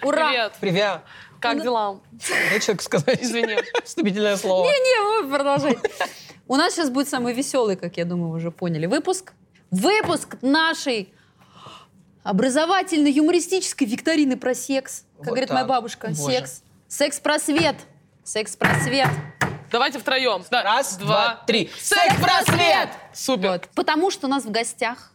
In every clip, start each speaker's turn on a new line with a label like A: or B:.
A: Привет.
B: Привет.
A: Как дела?
B: Дай человеку сказать
A: Извини.
B: вступительное слово.
C: Не, вы продолжайте. У нас сейчас будет самый веселый, как я думаю, вы уже поняли, выпуск. Выпуск нашей образовательно-юмористической викторины про секс. Как
B: Вот
C: говорит
B: так.
C: моя бабушка,
B: Боже.
C: секс. Секс-просвет. Секс-просвет.
A: Давайте втроем. Да.
B: Раз, два, три. Секс-просвет!
A: Супер.
C: Вот. Потому что у нас в гостях...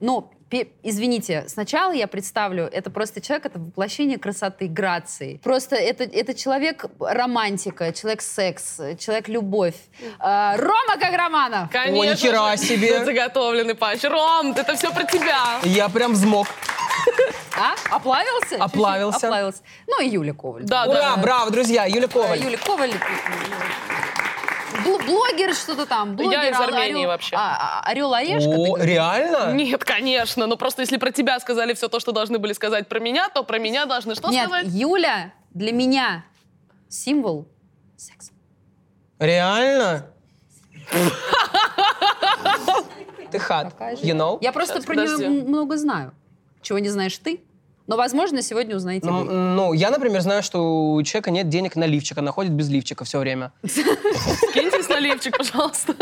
C: Но, пе- извините, сначала я представлю, это просто человек, это воплощение красоты, грации. Просто это, это человек романтика, человек секс, человек любовь. А, Рома Каграманов!
A: Конечно.
B: О, ни хера
A: же.
B: себе.
A: Тут Заготовленный панч. Ром, это все про тебя.
B: Я прям взмок.
C: А? Оплавился? Чуть-чуть
B: Оплавился.
C: Оплавился. Ну и Юля Коваль.
A: Да,
B: Ура,
A: да.
B: браво, друзья, Юля
C: Э,
B: Коваль.
C: Юля Коваль. э, бл- Блогер что-то там. Блогер,
A: из
C: о-
A: Армении
C: орел-
A: вообще.
C: а, а, орел Орешка. ты
B: О,
C: говоришь?
B: реально?
A: Нет, конечно. Но просто если про тебя сказали все то, что должны были сказать про меня, то про меня должны что
C: Нет,
A: сказать?
C: Юля для меня символ секса.
B: Реально? Ты хат,
C: Какая же-
B: you know?
C: Я просто
A: Сейчас,
C: про
A: подожди.
C: нее м- много знаю, чего не знаешь ты. Но, возможно, сегодня узнаете
B: Ну,
C: вы.
B: м, ну, я, например, знаю, что у человека нет денег на лифчик, она ходит без лифчика все время.
A: Скиньте наливчик, пожалуйста.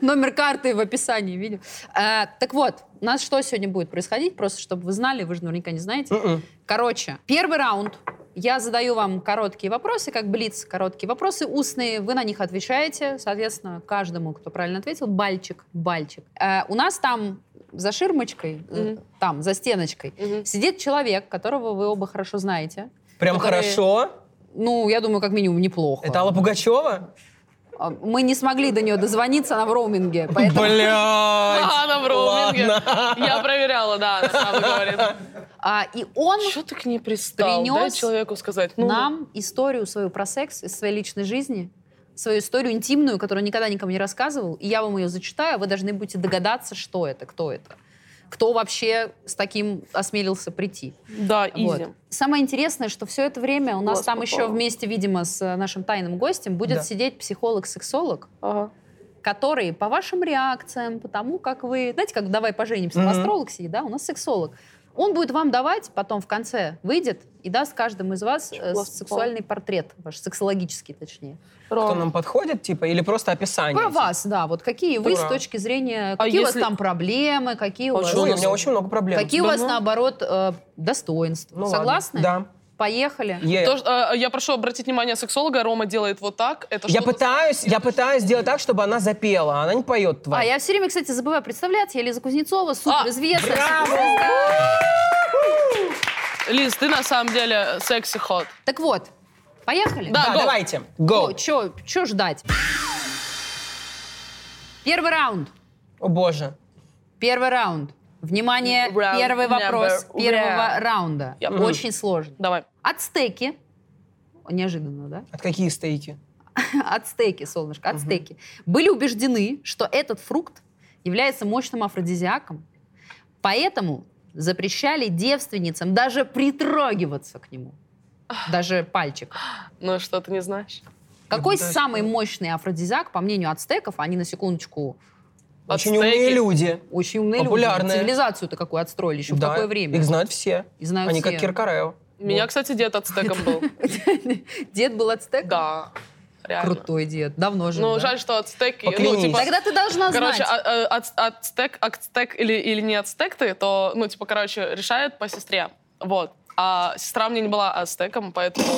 C: Номер карты в описании видео. А, так вот, у нас что сегодня будет происходить? Просто чтобы вы знали, вы же наверняка не знаете.
B: М-м.
C: Короче, первый раунд. Я задаю вам короткие вопросы, как блиц, короткие вопросы, устные. Вы на них отвечаете. Соответственно, каждому, кто правильно ответил, бальчик, бальчик. А, у нас там за ширмочкой, э,
A: Мгм.
C: там, за стеночкой, сидит человек, которого вы оба хорошо знаете.
B: Прям
C: Которые-
B: хорошо.
C: Ну, я думаю, как минимум, неплохо.
B: Это Алла Пугачева?
C: А, Мы не смогли до нее дозвониться, она в роуминге. Поэтому...
B: Блядь!
A: А, Она в роуминге.
B: Ладно.
A: Я проверяла, да, она сама говорит.
C: А, и он
A: Что ты к ней пристал?
C: Принес
A: Дай человеку сказать. Ну,
C: нам историю свою про секс из своей личной жизни, свою историю интимную, которую никогда никому не рассказывал, и я вам ее зачитаю, а вы должны будете догадаться, что это, кто это. Кто вообще с таким осмелился прийти.
A: Да,
C: Вот.
A: изи.
C: Самое интересное, что все это время у нас
A: Глаз
C: там еще
A: попало.
C: вместе, видимо, с э, нашим тайным гостем будет
B: Да.
C: сидеть психолог-сексолог,
A: Ага.
C: которые по вашим реакциям, по тому, как вы... Знаете, как в «Давай поженимся», там
B: Мгм.
C: астролог сидит, да, у нас сексолог. Он будет вам давать, потом в конце выйдет и даст каждому из вас э,
A: классно
C: сексуальный портрет, ваш сексологический точнее.
B: Кто
A: Ром.
B: нам подходит, типа, или просто описание?
C: Про
B: типа?
C: вас, да, вот какие вы
B: Ура.
C: с точки зрения,
A: А
C: какие у вас
A: если-
C: там проблемы, какие у
A: А
C: вас...
A: чё
B: Ой, у меня очень много проблем.
C: Какие у вас,
A: Да ну.
C: наоборот, э, достоинства?
B: Ну ладно.
C: Согласны?
B: Да.
C: Поехали.
B: Е.
A: То, что, э, я прошу обратить внимание сексолога, Рома делает вот так. Это
B: Я
A: что-то-
B: пытаюсь, я пытаюсь сделать так, чтобы она запела, а она не поет,
C: А
B: тварь.
C: я все время, кстати, забываю представляться. Я Лиза Кузнецова, суперизвестная.
B: А, браво!
C: суперзвезда.
A: Лиз, ты на самом деле секси-ход.
C: Так вот, поехали.
A: Да,
B: Да,
A: go.
B: давайте. Go.
C: Че, че ждать? Первый раунд.
B: О боже.
C: Первый раунд. Внимание,
A: Раунд
C: первый вопрос
A: number
C: первого
A: one.
C: раунда.
A: Я-
C: Очень сложный.
A: Давай.
C: Ацтеки. Неожиданно, да?
B: От какие стейки?
C: Ацтеки, солнышко, ацтеки. Были убеждены, что этот фрукт является мощным афродизиаком, поэтому запрещали девственницам даже притрагиваться к нему. Даже пальчик.
A: Ну что, ты не знаешь?
C: Какой
B: Да,
C: самый мощный афродизиак, по мнению ацтеков, они на секундочку
B: Очень
A: Ацтеки.
B: умные люди.
C: Очень умные люди.
B: Популярные.
C: Цивилизацию-то какую отстроили, еще
B: Да,
C: в какое время.
B: Их знают все.
C: И знают
B: Они
C: все.
B: как Киркарео.
A: Меня, кстати, дед ацтеком был.
C: Дед был ацтек?
A: Да, реально.
C: Крутой дед. Давно же.
A: Ну,
C: да.
A: жаль, что ацтеки... Ну,
B: Поклянись.
A: типа,
C: Тогда ты должна
A: короче,
C: знать.
A: а- а- ац- ацтек, ацтек или, или не ацтек ты, то, ну, типа, короче, решает по сестре. Вот. А сестра мне не была ацтеком, поэтому...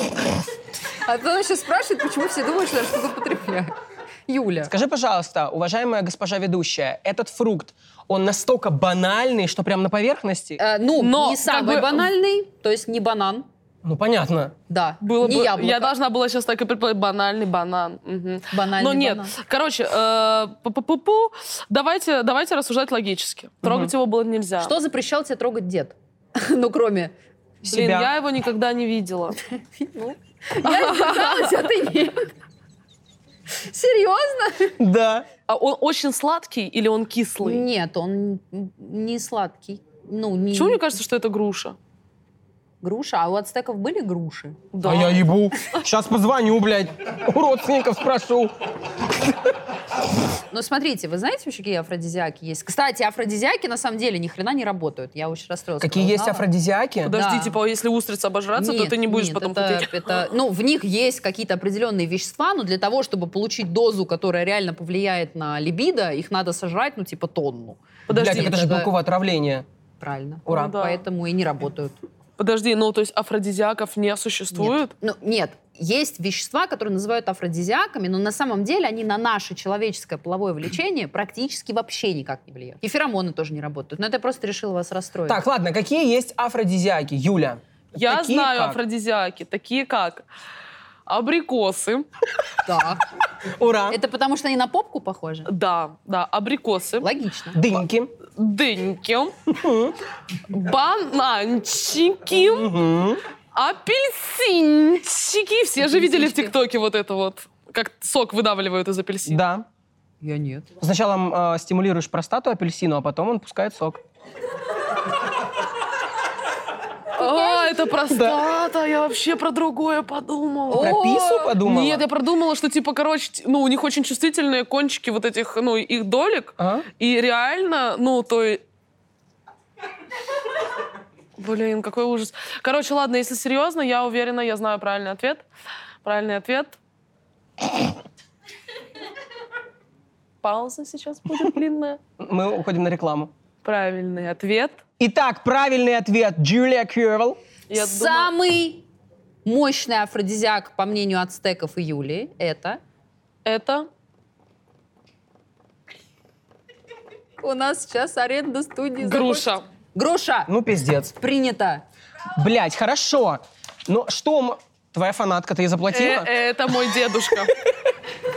C: А то она сейчас спрашивает, почему все думают, что я что-то употребляю. Юля.
B: Скажи, пожалуйста, уважаемая госпожа ведущая, этот фрукт, он настолько банальный, что прям на поверхности?
C: Э, ну,
A: Но,
C: не
A: как
C: самый
A: бы-
C: банальный, то есть не банан.
B: Ну, понятно.
C: Да,
A: Было
C: не
A: бы-
C: яблоко.
A: Я должна была сейчас так и предположить. Банальный банан. Мгм.
C: Банальный
A: Но нет.
C: банан.
A: Короче, э, пу-пу-пу. Давайте, давайте рассуждать логически. Трогать его было нельзя.
C: Что запрещал тебя трогать дед? Ну, кроме...
A: Блин,
B: себя?
A: я его никогда не видела.
C: Ну, Я сдержалась, а ты нет. Серьезно?
B: Да.
A: А он очень сладкий или он кислый?
C: Нет, он не сладкий. Ну, не...
A: Почему мне кажется, что это груша?
C: Груша. А у ацтеков были груши?
A: Да.
B: А я ебу. Сейчас позвоню, блядь. У родственников спрошу.
C: ну смотрите, вы знаете вообще, какие афродизиаки есть? Кстати, афродизиаки на самом деле ни хрена не работают. Я очень расстроилась.
B: Какие
C: когда
B: есть
C: узнала.
B: афродизиаки?
C: Да.
A: Подожди, типа, если устрица обожраться, то
C: Нет,
A: ты не будешь
C: нет,
A: потом
C: это-
A: худеть.
C: это- ну, в них есть какие-то определенные вещества, но для того, чтобы получить дозу, которая реально повлияет на либидо, их надо сожрать, ну, типа тонну.
B: Бля,
A: Подожди,
B: так это же
C: это-
B: белковое отравление.
C: Правильно.
B: Ура.
A: Ну да.
C: Поэтому и не работают.
A: подожди, ну то есть афродизиаков не существует?
C: Нет. Ну, нет. Есть вещества, которые называют афродизиаками, но на самом деле они на наше человеческое половое влечение практически вообще никак не влияют. И феромоны тоже не работают. Но это я просто решила вас расстроить.
B: Так, ладно, какие есть афродизиаки, Юля?
A: Я
B: Такие
A: знаю
B: как?
A: афродизиаки, такие как абрикосы,
C: Да.
B: Ура.
C: Это потому, что они на попку похожи?
A: да, да, абрикосы,
C: Логично.
B: Дыньки.
A: дыньки, бананчики,
B: Мгм.
A: апельсинчики. Все же видели в
C: Апельсинчики.
A: ТикТоке вот это вот, как сок выдавливают из апельсина.
B: Да.
C: Я нет.
B: Сначала м, э, стимулируешь простату апельсину, а потом он пускает сок.
A: А, это простата, я вообще про другое подумала.
B: Про
C: О,
B: пису подумала?
A: Нет, я продумала, что типа, короче, т- ну, у них очень чувствительные кончики вот этих, ну, их долек.
B: А?
A: И реально, ну, то и... Блин, какой ужас. Короче, ладно, если серьезно, я уверена, я знаю правильный ответ. Правильный ответ. Пауза сейчас будет длинная.
B: Мы уходим на рекламу.
A: Правильный ответ.
B: Итак, правильный ответ Джулия Кюрл.
A: Я думаю-
C: Самый мощный афродизиак, по мнению ацтеков и Юлии, это...
A: Это
C: У нас сейчас аренда студии. закончится.
A: груша.
C: Груша!
B: Ну, пиздец.
C: Принято.
B: Блять, хорошо. Но что... м- Твоя фанатка, ты ей
A: Э,
B: заплатила?
A: э, Это мой дедушка.
C: Ну,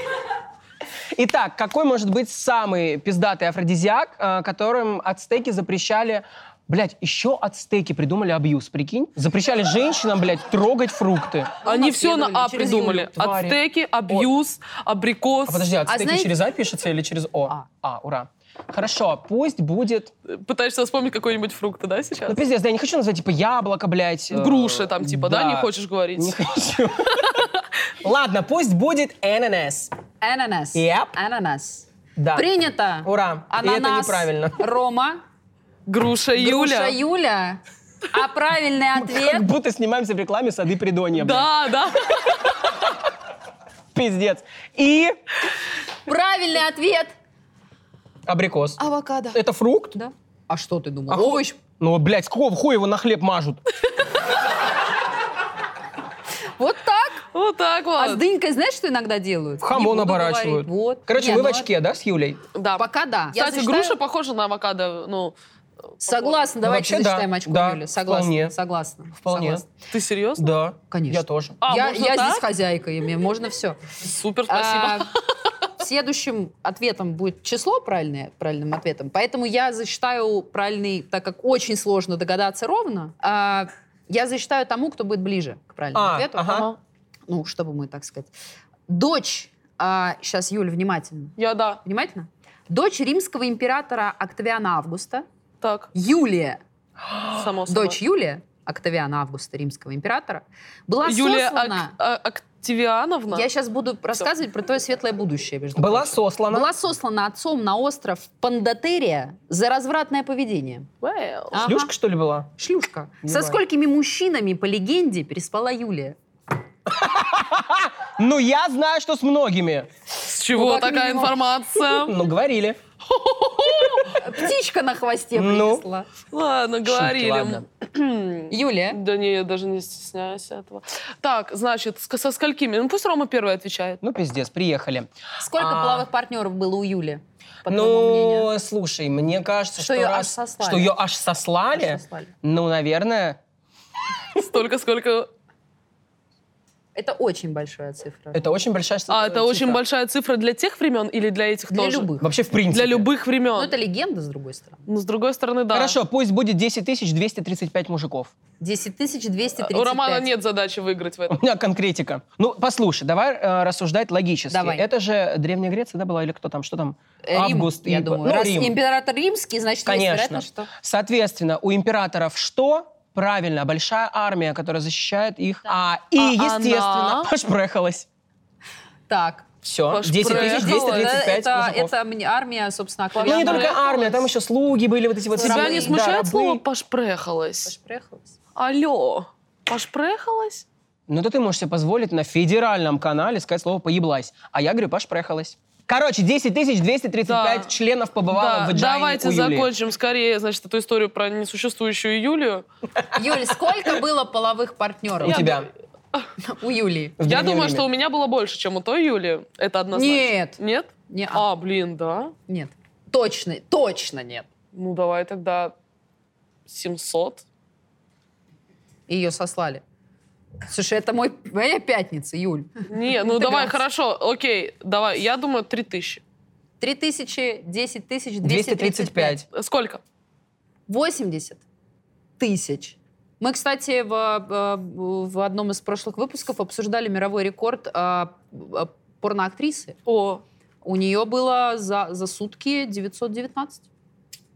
B: Итак, какой может быть самый пиздатый афродизиак, э, которым ацтеки запрещали... Блять, еще ацтеки придумали абьюз, прикинь? Запрещали женщинам, блять, трогать фрукты.
A: Они все на А
C: Через
A: придумали.
C: Юлю,
B: твари.
A: Ацтеки, абьюз, абрикос.
B: А подожди, ацтеки
C: знаете-
B: через А пишется или через О?
C: А.
B: а, ура. Хорошо, пусть будет...
A: Пытаешься вспомнить какой-нибудь фрукт, да,
B: Ну,
A: сейчас?
B: пиздец, да я не хочу назвать, типа, яблоко, блядь. э,
A: Груши там, типа, да,
B: да,
A: не хочешь говорить?
B: Не хочу. Ладно, пусть будет ННС.
C: Ананас.
B: Yep.
C: Ананас.
B: Да.
C: Принято.
B: Ура. И это
C: Ананас.
B: неправильно.
C: Рома.
A: Груша Юля.
C: Груша Юля. А правильный
B: Как
C: ответ...
B: будто снимаемся в рекламе сады Придонья. блядь.
A: Да, да.
B: Пиздец. И
C: Правильный ответ...
B: абрикос.
C: А Авокадо.
B: Это фрукт?
C: Да. А что ты думал?
B: А ху- Ну, блядь, с какого хуя его на хлеб мажут?
C: Вот так?
A: Вот так
C: А с
A: вот.
C: дынькой знаешь, что иногда делают?
B: В хамон
C: Не буду
B: оборачивают.
C: говорить. Вот.
B: Короче,
C: Не,
B: вы в
C: ну,
B: очке, да, с Юлей?
A: Да.
C: Пока да. Я
A: Кстати,
C: зачитаю-
A: груша похожа на авокадо. Ну,
C: Согласна,
B: Ну,
C: давайте
B: вообще да,
C: зачитаем очко
B: да,
C: Юли. Согласна,
B: вполне.
C: согласна.
B: Вполне.
C: согласна.
A: ты серьезно?
B: Да.
C: Конечно.
B: Я тоже.
A: А,
C: я
A: можно
C: я
A: так?
C: здесь А, хозяйка, и мне можно все.
A: Супер, спасибо.
C: следующим ответом будет число правильное, правильным ответом. Поэтому я засчитаю правильный, так как очень сложно догадаться ровно, а, я засчитаю тому, кто будет ближе к правильному
B: А,
C: ответу.
B: ага.
A: Ага.
C: Ну, чтобы мы, так сказать. Дочь, а, сейчас, Юль, внимательно.
A: Я да.
C: Внимательно? Дочь римского императора Октавиана Августа,
A: Так,
C: Юлия
A: само собой.
C: дочь Юлия, Октавиана Августа, римского императора, была
A: Юлия
C: сослана...
A: Ак- А- Активиановна?
C: Я сейчас буду рассказывать про твое светлое будущее. между
B: Была
C: прочим.
B: сослана.
C: Была сослана отцом на остров Пандатерия за развратное поведение.
A: Well.
C: Ага.
B: Шлюшка, что ли, была?
C: Шлюшка. Со
B: Ебать.
C: сколькими мужчинами, по легенде, переспала Юлия?
B: Ну, я знаю, что с многими.
A: С чего
C: Ну, как
A: такая
C: минимум.
A: информация?
B: Ну, говорили.
C: Птичка на хвосте
B: Ну.
C: принесла.
A: Ладно, говорили.
B: ладно.
C: Юлия,
A: Да не, я даже не стесняюсь этого. Так, значит, ск- со сколькими? Ну пусть Рома первый отвечает.
B: Ну, пиздец, приехали.
C: сколько
B: А.
C: половых партнеров было у Юли? По твоему мнению?
B: Ну, слушай, мне кажется, что,
C: Что её аж
B: раз-
C: сослали.
B: что ее аж сослали,
C: Что сослали?
B: ну, наверное,
A: Столько, сколько...
C: Это очень большая цифра.
B: это очень большая
A: А,
B: э,
A: это очень
B: цифра.
A: большая цифра для тех времен или для этих
C: Для
A: тоже?
C: любых.
B: Вообще, в принципе.
A: Для любых времен.
C: Ну, это легенда, с другой стороны.
A: Ну, с другой стороны, да.
B: Хорошо, пусть будет 10 235 мужиков.
C: 10 235.
A: У Романа нет задачи выиграть в
B: У
A: этом.
B: меня конкретика. Ну, послушай, давай э, рассуждать логически.
C: Давай. Э,
B: Это же Древняя Греция, да, была? Или кто там? Что там?
C: Рим,
B: Август
C: я
B: и-
C: думаю.
B: ну,
C: Раз
B: Рим.
C: император римский, значит,
B: Конечно.
C: есть вероятность, что...
B: Соответственно, у императоров что? Правильно, большая армия, которая защищает их. А, и,
A: А
B: естественно,
A: она?
B: пошпрехалась.
C: Так,
B: Все,
A: Паш,
B: 10 тысяч,
A: проехала,
B: 235
C: это,
B: мужиков.
C: это мне армия, собственно,
B: Ну, не
A: прям
B: только
A: проехалась.
B: армия, там еще слуги были, вот эти вот...
A: Тебя
B: рабы.
A: не
C: рабы.
A: смущает
B: Да,
A: слово
B: рабы.
A: «пошпрехалась»? Алло, пошпрехалась?
B: Ну, то ты можешь себе позволить на федеральном канале сказать слово «поеблась». А я говорю, Паш, проехалась. Короче, 10 тысяч 235
A: Да.
B: членов побывало
A: Да,
B: в Джайне
A: давайте
B: у Юлии.
A: закончим скорее, значит, эту историю про несуществующую Юлию.
C: Юль, сколько было половых партнеров
B: У
A: Я
B: тебя.
C: у Юлии?
B: в
A: Я
B: древнее
A: думаю,
B: время.
A: что у меня было больше, чем у той Юли. Это однозначно.
C: Нет.
A: Нет?
C: Не, а,
A: А, блин, да.
C: нет. Точно, точно нет.
A: Ну, давай тогда 700.
C: Ее сослали. Слушай, это мой, моя пятница, Юль.
A: Не, ну давай,
C: Интеграция.
A: хорошо, окей, давай. Я думаю, 3000.
C: 3000, 10 тысяч, 235.
B: 235.
A: Сколько?
C: 80 тысяч. Мы, кстати, в, э, в одном из прошлых выпусков обсуждали мировой рекорд э, э, порноактрисы.
A: О,
C: У нее было за, за сутки 919.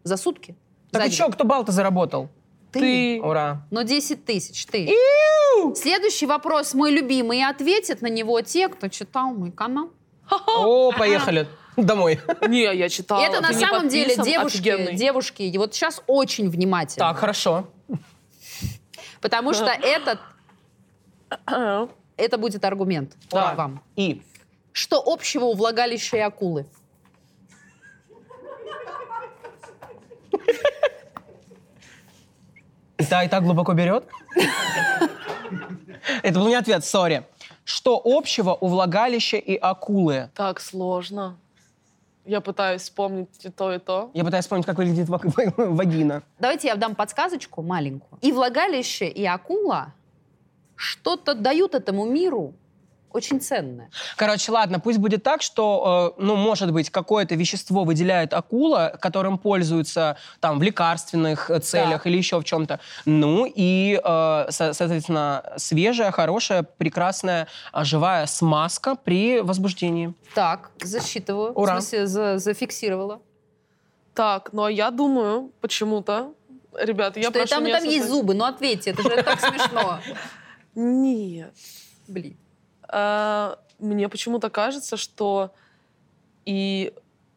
C: За сутки.
B: Так
C: За
B: и
C: день.
B: чё, кто бал-то заработал?
C: Ты.
A: ты.
B: Ура.
C: Но 10 тысяч ты. Следующий вопрос, мой любимый, и ответят на него те, кто читал мой канал.
B: О, поехали. Домой.
A: Не, я читала.
C: Это на
A: А, ты не
C: самом деле
A: подписан,
C: девушки,
A: офигенный.
C: девушки, и вот сейчас очень внимательно.
B: Так, хорошо.
C: Потому что этот, это будет аргумент
B: Да.
C: вам.
B: И.
C: Что общего у влагалища и акулы?
B: И та, и так глубоко берет? Это был не ответ, сори. Что общего у влагалища и акулы?
A: Так сложно. Я пытаюсь вспомнить и то, и то.
B: Я пытаюсь вспомнить, как выглядит вак- вагина.
C: Давайте я дам подсказочку маленькую. И влагалище, и акула что-то дают этому миру очень ценное.
B: Короче, ладно, пусть будет так, что, э, ну, может быть, какое-то вещество выделяет акула, которым пользуются там в лекарственных э, целях или еще в чем-то. Ну и, э, со- соответственно, свежая, хорошая, прекрасная, а, живая смазка при возбуждении.
C: Так, засчитываю.
B: Ура.
C: В смысле, за- зафиксировала.
A: Так, ну а я думаю, почему-то, ребята, я
C: что и
A: прошу
C: там, и
A: меня
C: там есть
A: созвать.
C: зубы, ну ответьте, это же так смешно.
A: Нет.
C: Блин.
A: А, Мне почему-то кажется, что и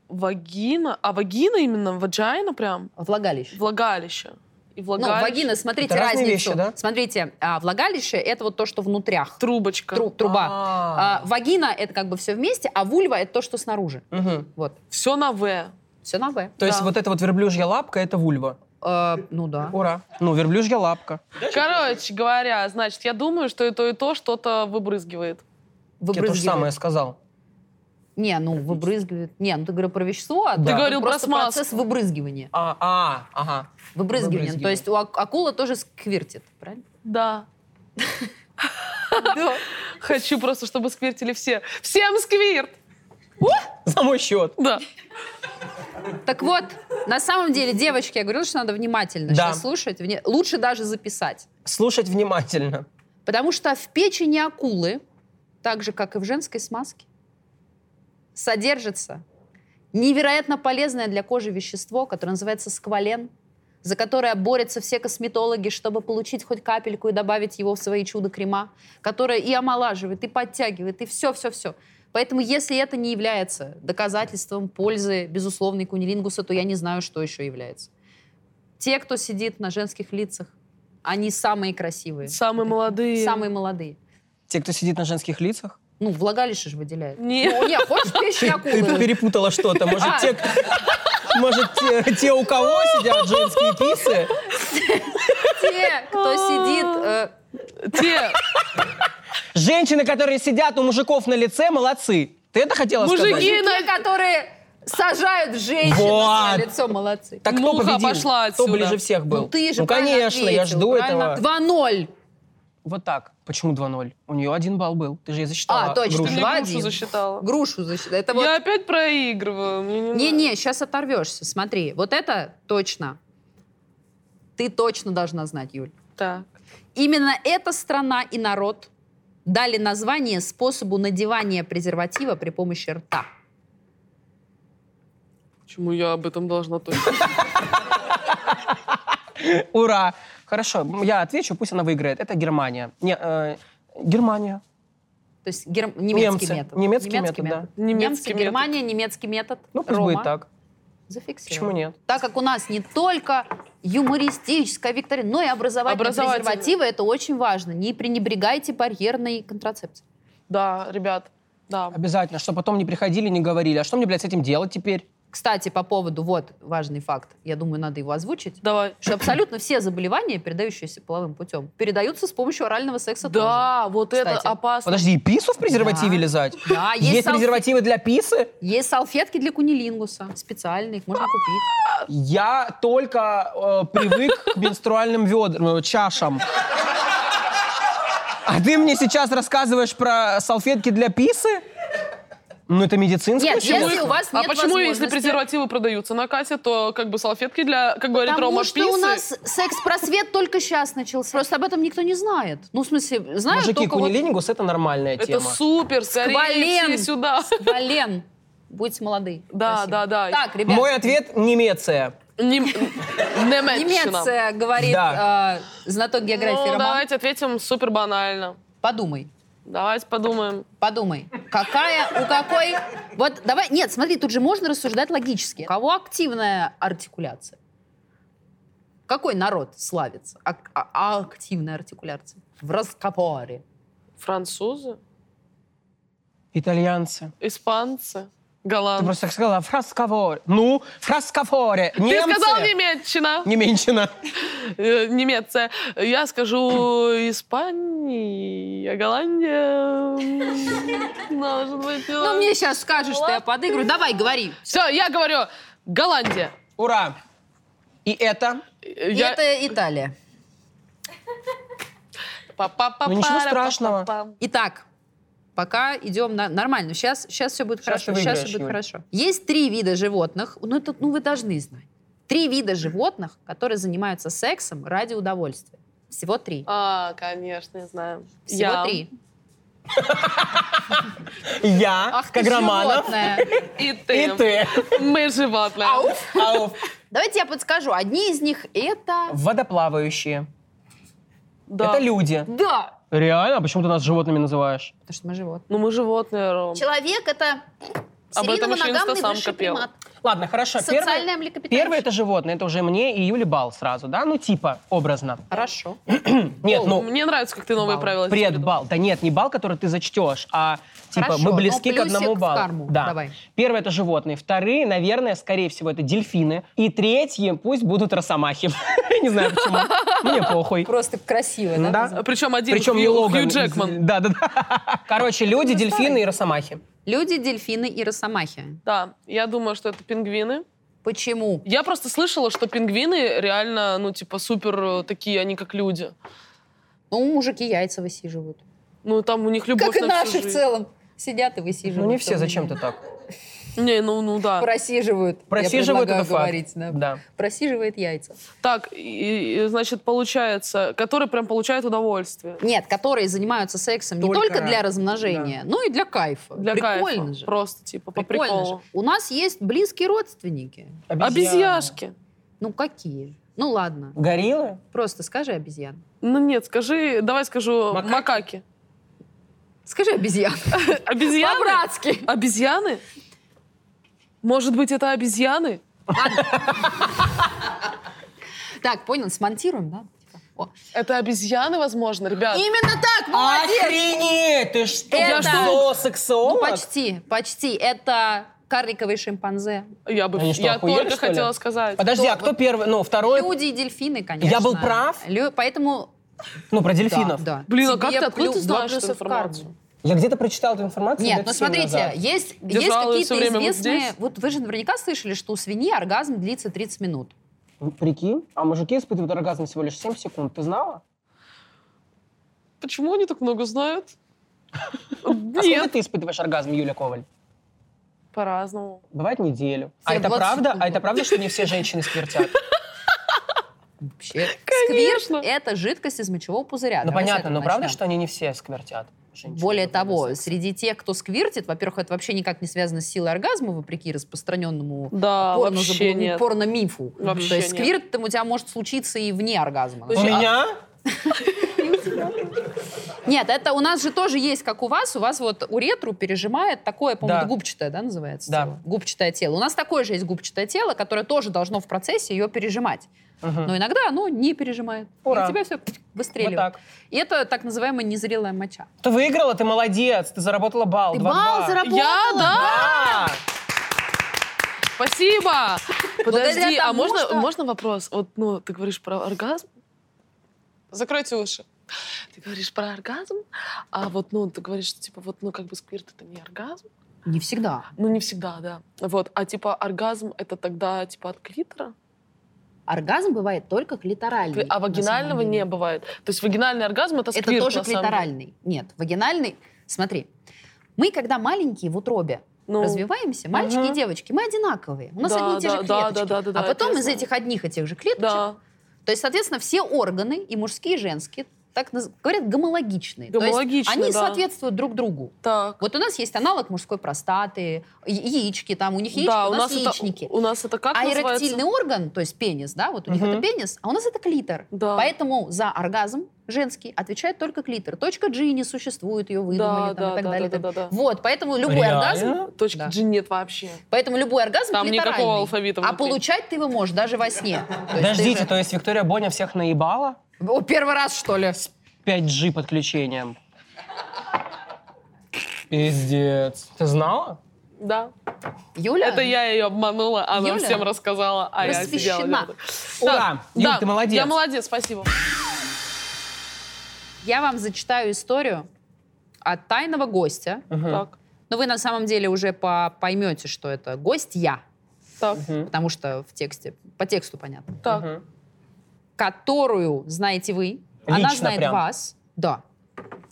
A: вагина, а вагина именно, вагина прям,
C: Влагалище.
A: влагалище. И
C: Ну,
A: влагалище.
C: вагина, смотрите
B: Это разные
C: разницу.
B: вещи, да?
C: Смотрите, а, влагалище — это вот то, что внутрях,
A: Трубочка.
C: тру- труба. А, вагина — это как бы все вместе, а вульва — это то, что снаружи.
B: Мгм.
C: Вот,
A: Все на В.
C: все на «в».
B: То есть
A: Да.
B: вот эта вот верблюжья лапка — это вульва.
C: Э, ну да.
B: Ура. Ну, верблюжья лапка.
A: Короче говоря, значит, я думаю, что и то, и то что-то выбрызгивает.
B: Я то же самое сказал.
C: Не, ну выбрызгивает. Не, ну ты говорил про вещество, а
B: Ты
C: тут
A: говорил про
C: просто
A: смазку.
C: процесс выбрызгивания.
B: А, а, ага.
C: Выбрызгивание.
B: Выбрызгивание.
C: То есть у ак- акула тоже сквиртит, правильно?
A: Да.
C: Да.
A: Хочу просто, чтобы сквиртили все. Всем сквирт!
B: За мой счет.
A: Да.
C: Так вот, на самом деле, девочки, я говорила, что надо внимательно
B: Да.
C: сейчас слушать. вне- Лучше даже записать.
B: Слушать внимательно.
C: Потому что в печени акулы, так же, как и в женской смазке, содержится невероятно полезное для кожи вещество, которое называется сквален, за которое борются все косметологи, чтобы получить хоть капельку и добавить его в свои чудо-крема, которое и омолаживает, и подтягивает, и все-все-все. Поэтому, если это не является доказательством пользы безусловной кунилингуса, то я не знаю, что еще является. Те, кто сидит на женских лицах, они самые красивые.
A: Самые молодые.
C: Самые молодые.
B: Те, кто сидит на женских лицах.
C: Ну, влагалище же выделяет.
A: Не.
C: Ну, не, хочешь печень
B: Ты, ты тут
C: акулы?
B: перепутала что-то. Может,
C: А.
B: те, может, те, те, у кого сидят женские писы,
C: Те, кто сидит... э,
A: Те
B: женщины, которые сидят у мужиков на лице, молодцы. Ты это хотела
A: Мужики!
B: сказать?
C: те,
A: на-
C: которые сажают женщин на
B: Вот.
C: свое лицо, молодцы.
B: Так кто
A: Муха
B: победил?
A: пошла
B: кто
A: отсюда.
B: ближе всех был?
C: Ну, ты же
B: Ну, конечно, я жду этого.
C: 2-0.
B: Вот так. Почему 2-0? У нее один балл был. Ты же ее засчитала.
C: А, точно.
A: ты
B: грушу.
A: мне
C: Два
A: грушу
C: один.
A: засчитала.
C: Грушу защитил. Это вот...
A: Я опять проигрываю. мне не нравится.
C: Не-не, сейчас оторвешься. Смотри, вот это точно. Ты точно должна знать, Юль.
A: Так.
C: Именно эта страна и народ дали название способу надевания презерватива при помощи рта.
A: Почему я об этом должна точно?
B: Ура. Хорошо, я отвечу, пусть она выиграет. Это Германия. Не, э, Германия.
C: То есть гер- немецкий
B: Немцы.
C: метод.
B: Немецкий метод, да.
A: Немецкий
C: Немцы,
A: метод.
C: Германия, немецкий метод.
B: Ну, пусть
C: Рома.
B: будет так.
C: Зафиксируем.
B: Почему нет?
C: Так как у нас не только юмористическая викторина, но и образовательные
A: Образовательная.
C: презервативы, это очень важно. Не пренебрегайте барьерной контрацепцией.
A: Да, ребят, да.
B: Обязательно, чтобы потом не приходили, не говорили. А что мне, блядь, с этим делать теперь?
C: Кстати, по поводу, вот важный факт, я думаю, надо его озвучить,
A: Давай.
C: что абсолютно все заболевания, передающиеся половым путем, передаются с помощью орального секса
A: Да, вот это
C: Кстати.
A: опасно.
B: Подожди, и пису в презервативе
C: Да.
B: лизать?
C: тоже. Да, есть,
B: Есть
C: салф-
B: презервативы для писы?
C: есть салфетки для кунилингуса, специальные, их можно купить.
B: Я только э, привык к менструальным ведрам, э, чашам. А ты мне сейчас рассказываешь про салфетки для писы? Ну, это медицинская
C: Нет,
B: чушь.
C: если у вас
A: а
C: нет
A: почему, если
C: возможности-
A: презервативы продаются на Кате, то как бы салфетки для, как говорит
C: Потому
A: Рома,
C: что у
A: писы?
C: нас секс-просвет только сейчас начался. Просто об этом никто не знает. Ну, в смысле, знают
B: Мужики,
C: только вот-
B: кунилингус это нормальная
A: Это
B: тема.
A: супер, скорее
C: Сквален.
A: все сюда.
C: Вален, будьте молоды.
A: Да,
C: Спасибо.
A: да, да.
C: Так, ребят,
B: Мой ответ – немеция.
A: Нем- Немеччина.
C: немец э, говорит
B: Да.
C: э, знаток географии
A: Ну,
C: Роман.
A: давайте ответим супер банально.
C: Подумай.
A: Давайте подумаем.
C: Подумай, какая, у какой... Вот давай, нет, смотри, тут же можно рассуждать логически. У кого активная артикуляция? Какой народ славится? Ак- а- а- активная артикуляция. В разговоре.
A: Французы,
B: Итальянцы.
A: испанцы,
B: Ты
A: голландцы.
B: просто так сказала «фраскаворе». Ну, «фраскаворе».
A: Ты
B: Немцы.
A: сказал немеччина.
B: Неменщина.
A: Э, Немеция. Я скажу Испания, Голландия. Может быть,
C: Ну, мне сейчас скажешь, что я подыгрываю. Давай, говори.
A: Все, я говорю, Голландия.
B: Ура. И это?
A: Э,
C: И
A: я-
C: Это Италия.
A: Па-па-па-пара,
B: Ну, ничего страшного.
A: па-па-пам.
C: Итак, пока идем на... нормально. Сейчас, сейчас все будет
B: Щас
C: хорошо.
B: ты
C: Сейчас
B: выиграешь,
C: все будет
B: Юль.
C: хорошо. Есть три вида животных. Ну, это, ну, вы должны знать. Три вида животных, которые занимаются сексом ради удовольствия. Всего три.
A: А, конечно, я знаю.
C: Всего
A: я.
C: три.
B: Я,
C: ты
B: Каграманов
C: животное.
A: И
B: и
A: ты.
B: ты.
A: Мы животные.
C: Ауф.
B: Ауф.
C: Давайте я подскажу. Одни из них это...
B: Водоплавающие.
A: Да.
B: Это люди.
C: Да.
B: Реально? А почему ты нас животными называешь?
C: Потому что мы животные.
A: Ну, мы животные, Ром.
C: Человек это...
A: Об этом еще
C: серийно-моногамный
A: инстасамка
C: высший
A: пела.
C: примат.
B: Ладно, хорошо. Первое,
C: Социальное млекопитающее.
B: первое это животное. Это уже мне и Юле бал сразу, да? Ну, типа, образно.
C: Хорошо.
B: Нет,
A: О,
B: ну,
A: Мне нравится, как ты новые
C: Бал.
A: правила. здесь придумал.
B: предбал. Да нет, не бал, который ты зачтешь, а типа
C: Хорошо,
B: мы
C: но
B: близки к
C: плюсик
B: одному
C: в
B: баллу.
C: карму.
B: Да.
C: Давай.
B: Первое это животные. Вторые, наверное, скорее всего, это дельфины. И третьи, пусть будут росомахи. Не знаю почему. Мне похуй.
C: Просто красиво, да?
B: Да.
C: называется?
A: Причем один
B: Причем не
A: Хью,
B: Логан.
A: Хью Джекман.
B: Да, да, да. Короче, люди, дельфины и росомахи.
C: Люди, дельфины и росомахи.
A: Да, я думаю, что это пингвины.
C: Почему?
A: Я просто слышала, что пингвины реально, ну, типа, супер э, такие, они как люди.
C: Ну, мужики яйца высиживают.
A: Ну, там у них любовь
C: Как и
A: на всю
C: наши в
A: жизнь.
C: целом. Сидят и высиживают.
B: Ну не все,
C: целыми
B: зачем ты
C: днями.
B: так?
A: Не, ну, ну да.
C: Просиживают. Я
B: Просиживают
C: предлагаю
B: это факт.
C: говорить, да.
B: Да.
C: Просиживает яйца.
A: Так, и- и, значит, получается, которые прям получают удовольствие.
C: Нет, которые занимаются сексом не
B: Только
C: только
B: ради.
C: для размножения, но и для кайфа.
A: Для
C: Прикольно
A: кайфа.
C: же.
A: Просто, типа, по
C: Прикольно
A: приколу.
C: же. У нас есть близкие родственники.
A: Обезьяшки.
C: Ну, какие? Ну, ладно.
B: Гориллы?
C: Просто скажи обезьян.
A: Ну нет, скажи, давай скажу
B: Макаки?
A: макаки.
C: Скажи обезьян.
A: Обезьяны?
C: По-братски.
A: Обезьяны? Может быть, это обезьяны?
C: Так, понял, смонтируем, да? Типа, о.
A: Это обезьяны, возможно, ребят.
C: Именно так, А молодец!
B: Охренеть! Ты что,
C: Это- Ну,
B: зоосексуолог?
C: почти, почти. Это карликовые шимпанзе.
A: Я бы,
B: Они что,
A: я
B: охуели,
A: только
B: что ли?
A: хотела сказать.
B: Подожди, а кто первый? Ну, второй?
C: Люди и дельфины, конечно.
B: Я был прав?
C: Лю- Поэтому...
B: Ну, про
C: да,
B: дельфинов.
C: Да,
A: Блин, а
C: Тебе
A: как ты- откуда
C: плю-
A: ты знаешь
C: вопросы
A: эту
C: в карму.
A: информацию?
B: Я где-то прочитал эту информацию.
C: Нет,
B: лет
C: ну
B: семь
C: смотрите,
B: назад.
C: есть, есть
A: Держала её
C: какие-то
A: всё время в
C: известные...
A: узде.
C: Вот вы же наверняка слышали, что у свиньи оргазм длится 30 минут.
B: Прикинь, а мужики испытывают оргазм всего лишь 7 секунд. Ты знала?
A: Почему они так много знают?
B: А сколько
A: Нет.
B: ты испытываешь оргазм, Юля Коваль?
A: По-разному.
B: Бывает неделю. А
C: Все,
B: это
C: 20
B: правда?
C: секунд.
B: А это правда, что не все женщины сквертят?
C: Вообще.
A: Конечно.
C: Сквирт — это жидкость из мочевого пузыря.
B: Ну
C: Давай с
B: понятно,
C: этого
B: но правда,
C: начнем.
B: что они не все сквертят? женщины,
C: Более
B: которые
C: того,
B: секс?
C: среди тех, кто сквиртит, во-первых, это вообще никак не связано с силой оргазма, вопреки распространенному
A: Да,
C: порно
A: вообще
C: забл-
A: нет.
C: А, порно-мифу.
A: Вообще
C: То есть
A: нет.
C: а,
B: а
C: сквирт там у тебя может случиться и вне оргазма.
B: у меня
C: Нет, это у нас же тоже есть, как у вас. У вас вот уретру пережимает такое,
B: Да.
C: по-моему, это губчатое, да, называется?
B: Да.
C: тело? Губчатое тело. У нас такое же есть губчатое тело, которое тоже должно в процессе ее пережимать.
B: Мгм.
C: Но иногда оно не пережимает.
B: Ура.
C: И тебя все
B: Вот
C: выстреливает.
B: так.
C: И это так называемая незрелая моча.
B: Ты выиграла, ты молодец, ты заработала балл.
C: Ты
B: 2-2.
C: балл заработала!
A: Я, да?
B: Да!
A: Спасибо! Подожди, а
C: тому,
A: можно,
C: что-
A: можно вопрос? Вот, ну, ты говоришь про оргазм. Закройте уши. Ты говоришь про оргазм, а вот, ну, ты говоришь, что, типа, вот, ну, как бы сквирт — это не оргазм.
C: Не всегда.
A: Ну, не всегда, да. Вот, а, типа, оргазм — это тогда, типа, от клитора?
C: Оргазм бывает только клиторальный.
A: А вагинального не
C: было.
A: бывает. То есть вагинальный оргазм — это сквирт,
C: Это тоже
A: на самом деле.
C: клиторальный. Нет, вагинальный. Смотри, мы когда маленькие в утробе
A: Ну,
C: развиваемся, мальчики
B: Мгм.
C: и девочки, мы одинаковые. У нас
A: Да,
C: одни и те
A: да,
C: же
A: да,
C: клеточки.
A: да, да, да,
C: а
A: да,
C: потом
A: это я
C: из
A: знаю.
C: этих одних и тех же клеточек,
A: Да.
C: то есть, соответственно, все органы, и мужские, и женские, так наз- говорят, гомологичные. То есть
A: Гомологичны,
C: они
A: да.
C: соответствуют друг другу.
A: Так.
C: Вот у нас есть аналог мужской простаты, я- яички там, у них яички,
A: да,
C: у, нас, яичники.
A: это, у нас это как
C: а
A: называется?
C: эректильный орган, то есть пенис, да, вот у них
B: Мгм.
C: это пенис, а у нас это клитор.
A: Да.
C: Поэтому за оргазм женский отвечает только клитор. Точка G не существует, ее
A: да,
C: выдумали там,
A: да,
C: и так
A: да,
C: далее.
A: да, да, да,
C: Вот, поэтому любой оргазм,
B: Реально?
A: Точки
C: Да.
A: G нет вообще.
C: поэтому любой оргазм
A: Там
C: клиторальный.
A: никакого алфавита
C: А
A: внутри.
C: получать ты его можешь даже во сне. То есть ты
B: Подождите,
C: же-
B: то есть Виктория Боня всех наебала?
C: О, первый раз, что ли?
B: 5G подключением. Пиздец. Ты знала?
A: Да.
C: Юля?
A: Это я ее обманула, она
C: Юля?
A: всем рассказала, а я сидела.
C: Просвещена.
A: делала.
B: Ура!
A: Да,
B: Юль,
A: да,
B: ты молодец.
A: Я молодец, спасибо.
C: Я вам зачитаю историю от тайного гостя.
B: Мгм.
A: Так,
C: Но вы на самом деле уже по- поймете, что это гость я,
A: так,
B: Мгм.
C: потому что в тексте, по тексту понятно.
A: так.
B: Мгм.
C: Которую знаете вы, она
B: Лично
C: знает
B: прям?
C: вас. Да.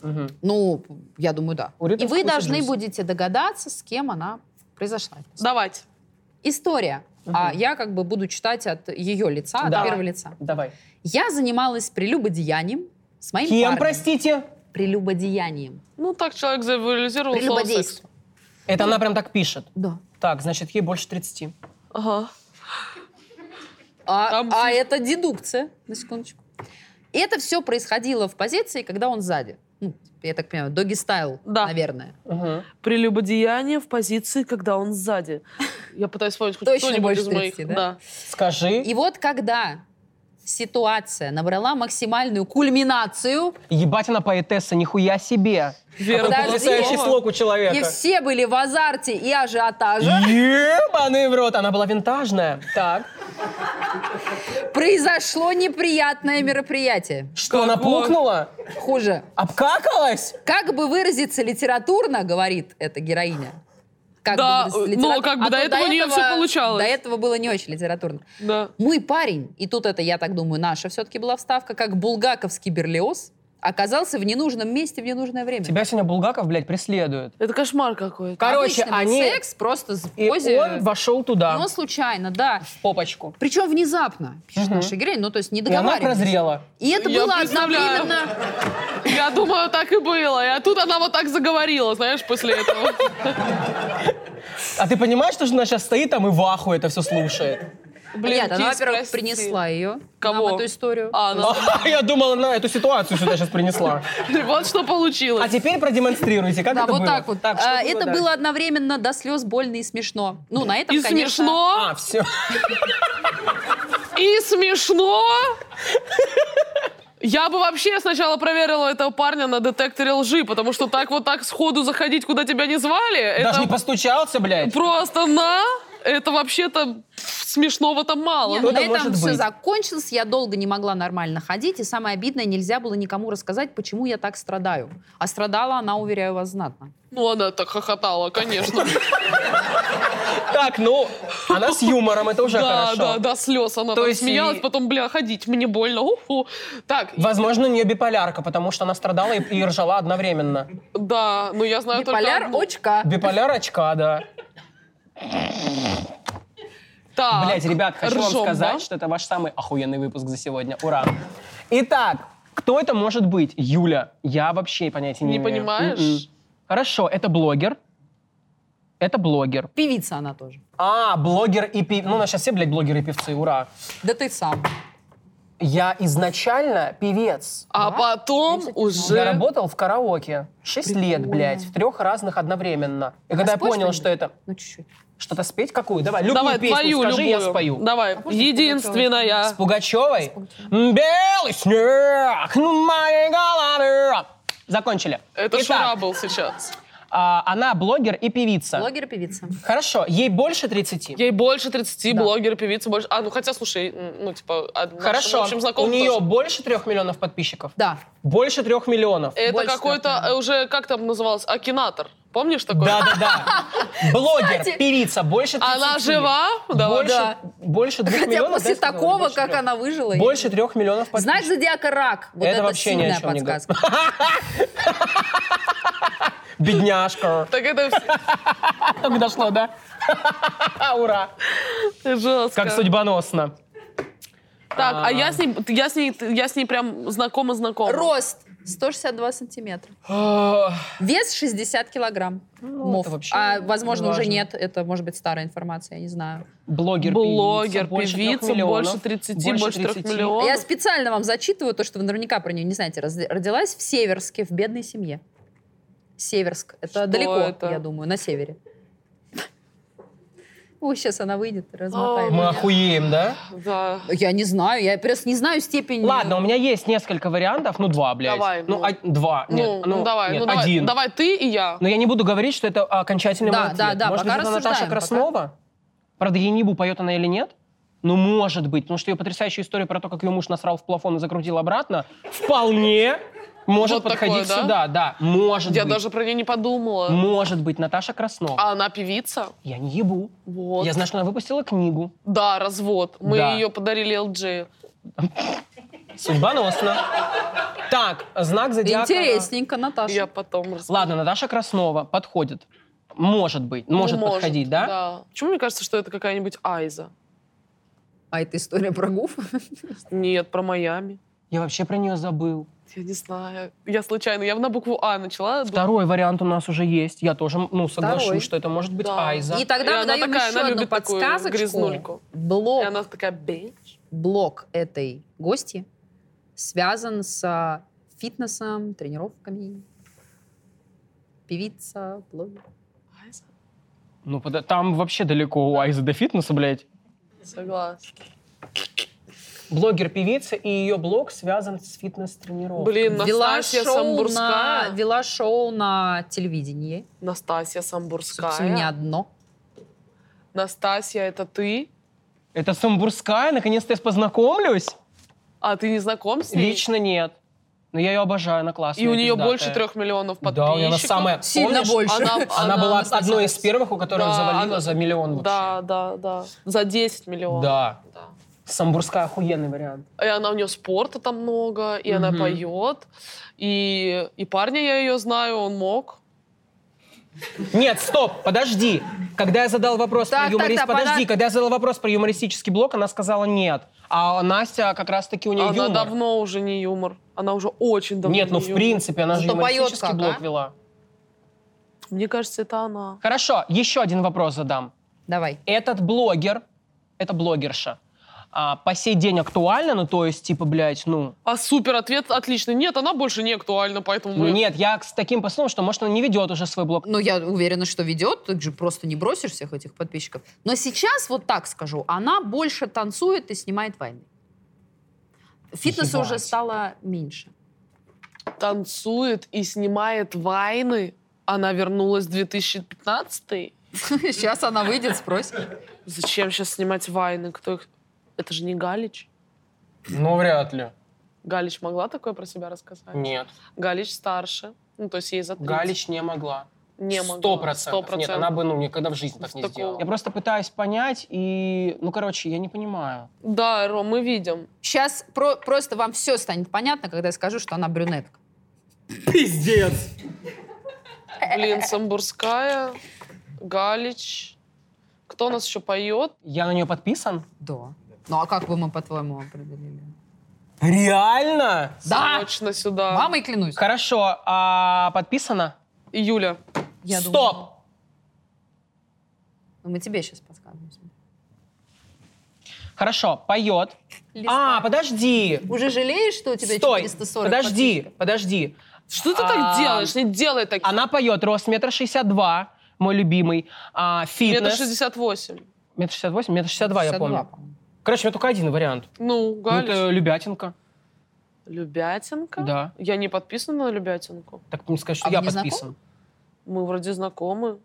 B: Мгм.
C: Ну, я думаю, да.
B: У Риты
C: И вы
B: вкус и
C: должны
B: жизнь.
C: будете догадаться, с кем она произошла.
A: Давайте.
C: История.
B: Мгм.
C: А я как бы буду читать от ее лица,
B: Да.
C: от первого лица.
B: Давай.
C: Я занималась прелюбодеянием с моим
B: Кем,
C: парнем.
B: простите?
C: Прелюбодеянием.
A: Ну, так человек завуализировал слово секс.
C: Прелюбодейство.
B: Это она прям так пишет.
C: Да.
B: Так, значит, ей больше 30.
A: Ага.
C: А,
A: Там
C: а
A: всё-
C: это дедукция, на секундочку. И это все происходило в позиции, когда он сзади. Ну, я так понимаю, доги стайл,
A: Да.
C: наверное.
B: Мгм.
A: Прелюбодеяние в позиции, когда он сзади. Я пытаюсь вспомнить хоть
C: Точно
A: что-нибудь
C: больше
A: из моих.
C: 30, да?
B: Скажи,
C: И вот когда ситуация набрала максимальную кульминацию,
B: ебать она поэтесса, нихуя себе.
A: Вера,
C: Подожди.
B: Потрясающий
A: Кулакова.
B: слог у
C: и
B: человека.
C: все были в азарте и ажиотаже,
B: Ебаный в рот, она была винтажная. Так,
C: произошло неприятное мероприятие.
B: что она
A: Какое?
B: пукнула?
C: Хуже.
B: Обкакалась?
C: Как бы выразиться литературно, говорит эта героиня. Как
A: Да,
C: выразиться
A: э, ну,
C: литературно.
A: как бы
C: А
A: до
C: то
A: этого у неё всё получалось.
C: До этого было не очень литературно.
A: Да.
C: Мой парень, и тут это, я так думаю, наша все-таки была вставка, как булгаковский берлиоз, оказался в ненужном месте в ненужное время.
B: Тебя сегодня Булгаков, блядь, преследует.
A: Это кошмар какой-то.
B: Как- Короче,
C: Обычный был
B: они-
C: секс просто с- в
B: И
C: позе...
B: он вошел туда,
C: И он случайно, да.
B: в попочку.
C: Причем внезапно, пишет
B: Мгм.
C: наша героиня, ну то есть не
B: И она
C: договаривались.
B: прозрела.
C: И это
A: Я
C: было
A: представляю.
C: одновременно...
A: Я думаю, так и было. И а тут она вот так заговорила, знаешь, после этого.
B: А ты понимаешь, что она сейчас стоит там и в аху это все слушает?
A: Блин,
C: Нет, она,
A: кис,
C: во-первых,
A: прости.
C: принесла ее.
A: Кого?
C: Нам эту историю.
A: А, она-
B: Я думала, она эту ситуацию сюда сейчас принесла.
A: Вот что
B: А
A: получилось.
B: теперь продемонстрируйте, как
C: Да,
B: это
C: вот
B: было.
C: так вот.
B: что
C: А, это
B: дальше?
C: было одновременно до слез больно и смешно. Ну, на этом,
A: И
C: конечно...
A: смешно,
B: А, все.
A: и смешно. Я бы вообще сначала проверила этого парня на детекторе лжи, потому что так вот так сходу заходить, куда тебя не звали,
B: Даже не
A: это
B: постучался, блядь.
A: просто на. Это вообще-то смешного-то мало.
C: Нет,
B: Ну,
C: на
B: это
C: этом
B: может
C: все
B: быть.
C: закончилось, я долго не могла нормально ходить, и самое обидное, нельзя было никому рассказать, почему я так страдаю. А страдала она, уверяю вас, знатно.
A: Ну, она так хохотала, конечно.
B: Так, ну, она с юмором, это уже
A: Да,
B: хорошо.
A: да, да, слез она
B: То
A: так
B: есть
A: смеялась,
B: и-
A: потом, бля, ходить, мне больно, уху. Так,
B: Возможно, у нее биполярка, потому что она страдала и, и ржала одновременно.
A: да, ну я знаю только...
C: Биполяр
A: одну.
C: очка.
B: Биполярочка, да.
A: Так,
B: Блять, ребят, хочу вам
A: ржём,
B: сказать,
A: да?
B: что это ваш самый охуенный выпуск за сегодня. Ура! Итак, кто это может быть? Юля, я вообще понятия не,
A: Не
B: имею.
A: понимаешь?
B: М-м. Хорошо, это блогер. Это блогер.
C: Певица она тоже.
B: А, блогер и пев... Ну, у нас сейчас все, блядь, блогеры и певцы, ура.
C: Да ты сам.
B: Я изначально певец.
A: А
C: Да?
A: потом
C: Ну, кстати,
A: уже...
B: Я работал в караоке. Шесть лет,
A: Прикольно.
B: блядь, в трех разных одновременно. И когда я
C: спой
B: понял,
C: что-нибудь?
B: что это...
C: Ну, чуть-чуть.
B: Что-то спеть какую? Давай, любую
A: Давай,
B: песню
A: твою
B: скажи,
A: любую.
B: я спою.
A: Давай,
C: А можно
A: единственная.
B: С Пугачевой. Белый снег на моей голове. Закончили.
A: Это
B: Итак,
A: Шура был сейчас.
B: а, она блогер и певица.
C: Блогер и певица.
B: Хорошо, ей больше 30.
A: Ей больше 30,
B: Да.
A: блогер, певица больше. А, ну хотя, слушай, м, ну типа, а нашим
B: Хорошо,
A: общим
B: у
A: знакомым
B: нее
A: тоже.
B: больше трех миллионов подписчиков.
C: Да.
B: Больше трех миллионов.
A: Это
C: больше
A: какой-то
C: трех,
A: э, уже, как там называлось, Акинатор. Помнишь такое?
B: Да, да, да. Блогер,
C: Кстати.
B: певица, больше 30.
A: Она жива? Давай.
B: Больше,
C: да.
B: больше двух
C: Хотя
B: миллионов.
C: после
B: да, я сказала,
C: такого,
B: больше
C: как
B: трех.
C: она выжила... я-
B: Больше трех миллионов подписчиков.
C: Знак зодиака рак. Вот
B: Это
C: это,
B: вообще ни о
C: сильная
B: чем не
C: подсказка.
B: Бедняжка.
A: Так это вс-
B: Так дошло, да? Ура.
A: жестко.
B: Как судьбоносно.
A: Так, а
B: А.
A: я с ней, я с ней, я с ней прям знакома-знакома.
C: Рост 162 сантиметра.
A: А,
B: Ну,
C: Вес 60 килограмм. Мов.
B: это вообще
C: а, возможно,
B: не
C: уже
B: важно.
C: нет. Это может быть старая информация, я не знаю.
B: Блогер,
A: Блогер,
B: певица, больше трех
A: певица,
B: миллионов.
A: больше 30, больше трех
B: 30.
A: миллионов.
C: Я специально вам зачитываю то, что вы наверняка про нее не знаете. Раз- Родилась в Северске, в бедной семье. Северск. Это
A: Что
C: далеко,
A: это?
C: я думаю, на севере. Ой, сейчас она выйдет,
A: О,
C: размотаем.
B: Мы охуеем, да?
A: Да.
C: Я не знаю, я просто не знаю степень.
B: Ладно, у меня есть несколько вариантов, ну два, блядь.
A: Давай,
B: ну,
A: ну.
B: а- два, нет,
A: ну, ну, давай,
B: нет,
A: ну давай,
B: один. Ну,
A: давай ты и я.
B: Но я не буду говорить, что это окончательный
C: Да,
B: мой ответ.
C: да, да,
B: Может
C: пока
B: быть, это
C: рассуждаем,
B: Наташа
C: пока.
B: Краснова? Правда, я не ебу, поет она или нет. Ну, может быть, потому что ее потрясающая история про то, как ее муж насрал в плафон и закрутил обратно, вполне может
A: Вот такое,
B: подходить
A: да?
B: сюда, да, может
A: я
B: быть.
A: даже про нее не подумала.
B: Может быть, Наташа Краснова.
A: А она певица?
B: Я не ебу.
A: Вот.
B: Я знаю, что она выпустила книгу.
A: Да, развод. Мы
B: Да.
A: ее подарили LG.
B: Судьбоносно. Так, знак зодиака.
C: Интересненько, Наташа.
A: Я потом расскажу.
B: Ладно, Наташа Краснова подходит. Может быть,
A: Ну,
B: может, подходить, да?
A: Почему мне кажется, что это какая-нибудь Айза?
C: А это история про гуф?
A: Нет, про Майами.
B: Я вообще про нее забыл.
A: Я не знаю. Я случайно, я на букву А начала. думаю,
B: Второй вариант у нас уже есть. Я тоже, ну, соглашусь,
C: Второй.
B: что это может быть
A: Да.
B: Айза.
C: И тогда
A: И
C: мы
A: она
C: даем
A: такая,
C: еще
A: она
C: одну
A: любит такую
C: подсказочку.
A: грязнульку. И
C: Блок,
A: она такая, бич.
C: блок этой гости связан с а, фитнесом, тренировками. Певица, блогер.
A: Айза?
B: Ну, пода- там вообще далеко у Айзы до фитнеса, блядь.
A: Согласна.
B: Блогер-певица и ее блог связан с фитнес-тренировкой.
A: Блин,
C: Вела
A: Настасья
C: шоу, на,
A: Самбурская.
C: вела шоу на телевидении.
A: Настасья
C: Собственно, не
A: Самбурская.
C: одно.
A: Настасья, это ты?
B: Это Самбурская? Наконец-то я познакомлюсь?
A: А ты не знаком с ней?
B: Лично нет. Но я ее обожаю, она классная.
A: И у нее
B: пиздатая.
A: больше трех миллионов подписчиков.
B: Да, у нее она самая...
C: Сильно
B: Помнишь,
C: больше.
A: Она-
B: Она, была
C: Анастасия
B: одной из
C: Борисовна.
B: первых, у которых
A: Да,
B: завалила
A: она-
B: за миллион
A: Да, да, да. За 10 миллионов.
B: Да.
A: Да.
B: Самбурская охуенный вариант.
A: И она у нее спорта там много, и она
B: Мгм.
A: поет. И, и парня я ее знаю, он мог.
B: Нет, стоп, подожди. Когда я задал вопрос
C: Так,
B: про юморист,
C: так, так,
B: подожди,
C: пода-
B: когда я задал вопрос про юмористический блок, она сказала нет. А Настя как раз-таки у нее
A: она
B: юмор.
A: давно уже не юмор. Она уже очень давно
B: Нет,
A: не
B: ну в
A: юмор.
B: принципе, она же
C: Зато поет
B: юмористический
C: как,
B: блок
C: а?
B: вела.
A: Мне кажется, это она.
B: Хорошо, еще один вопрос задам.
C: Давай.
B: Этот блогер, это блогерша, а, по сей день актуальна, ну то есть, типа, блядь, ну...
A: А супер ответ отличный. Нет, она больше не актуальна, поэтому... мы-
B: Нет, я с таким посылом, что, может, она не ведет уже свой блог.
C: Ну, я уверена, что ведет, ты же просто не бросишь всех этих подписчиков. Но сейчас, вот так скажу, она больше танцует и снимает войны. Фитнеса
B: Ебать.
C: уже стало меньше.
A: Танцует и снимает вайны. Она вернулась в 2015
C: Сейчас она выйдет, спросит.
A: Зачем сейчас снимать вайны? Кто их... Это же не Галич.
B: Ну, вряд ли.
A: Галич могла такое про себя рассказать?
B: Нет.
A: Галич старше. Ну, то есть ей за 30.
B: Галич не могла.
A: не могла.
B: Сто процентов. Нет,
A: процентов.
B: она бы ну, никогда в жизни так
A: С
B: не
A: такого.
B: сделала. Я просто пытаюсь понять и... Ну, короче, я не понимаю.
A: Да, Ром, мы видим.
C: Сейчас про- просто вам все станет понятно, когда я скажу, что она брюнетка.
B: Пиздец!
A: Блин, Самбурская, Галич. Кто у нас еще поет?
B: Я на нее подписан?
C: Да. Ну а как бы мы, по-твоему, определили?
B: Реально?
C: Да!
A: Срочно сюда.
C: Мамой клянусь.
B: Хорошо, а подписана?
A: И Юля.
C: Я
B: Стоп!
C: думаю. Ну, Мы тебе сейчас подсказываем.
B: Хорошо, поет. А,
C: Листа.
B: подожди.
C: Уже жалеешь, что у тебя
B: Стой,
C: 440
B: подожди,
C: подписчиков?
B: подожди.
A: Что ты
B: А,
A: так делаешь? Не делай так.
B: Она поет, рост метр шестьдесят два, мой любимый. А,
A: Метр
B: фитнес.
A: шестьдесят восемь.
B: Метр шестьдесят восемь, метр шестьдесят два, я
C: 62,
B: помню.
C: по-моему.
B: Короче, у меня только один вариант.
A: Ну,
B: Ну,
A: Галич.
B: это Любятинка.
A: Любятинка?
B: Да.
A: Я не подписана на Любятинку.
B: Так мне сказать, что
C: А
B: я
C: вы не знакомы?
B: подписан.
A: Мы вроде знакомы.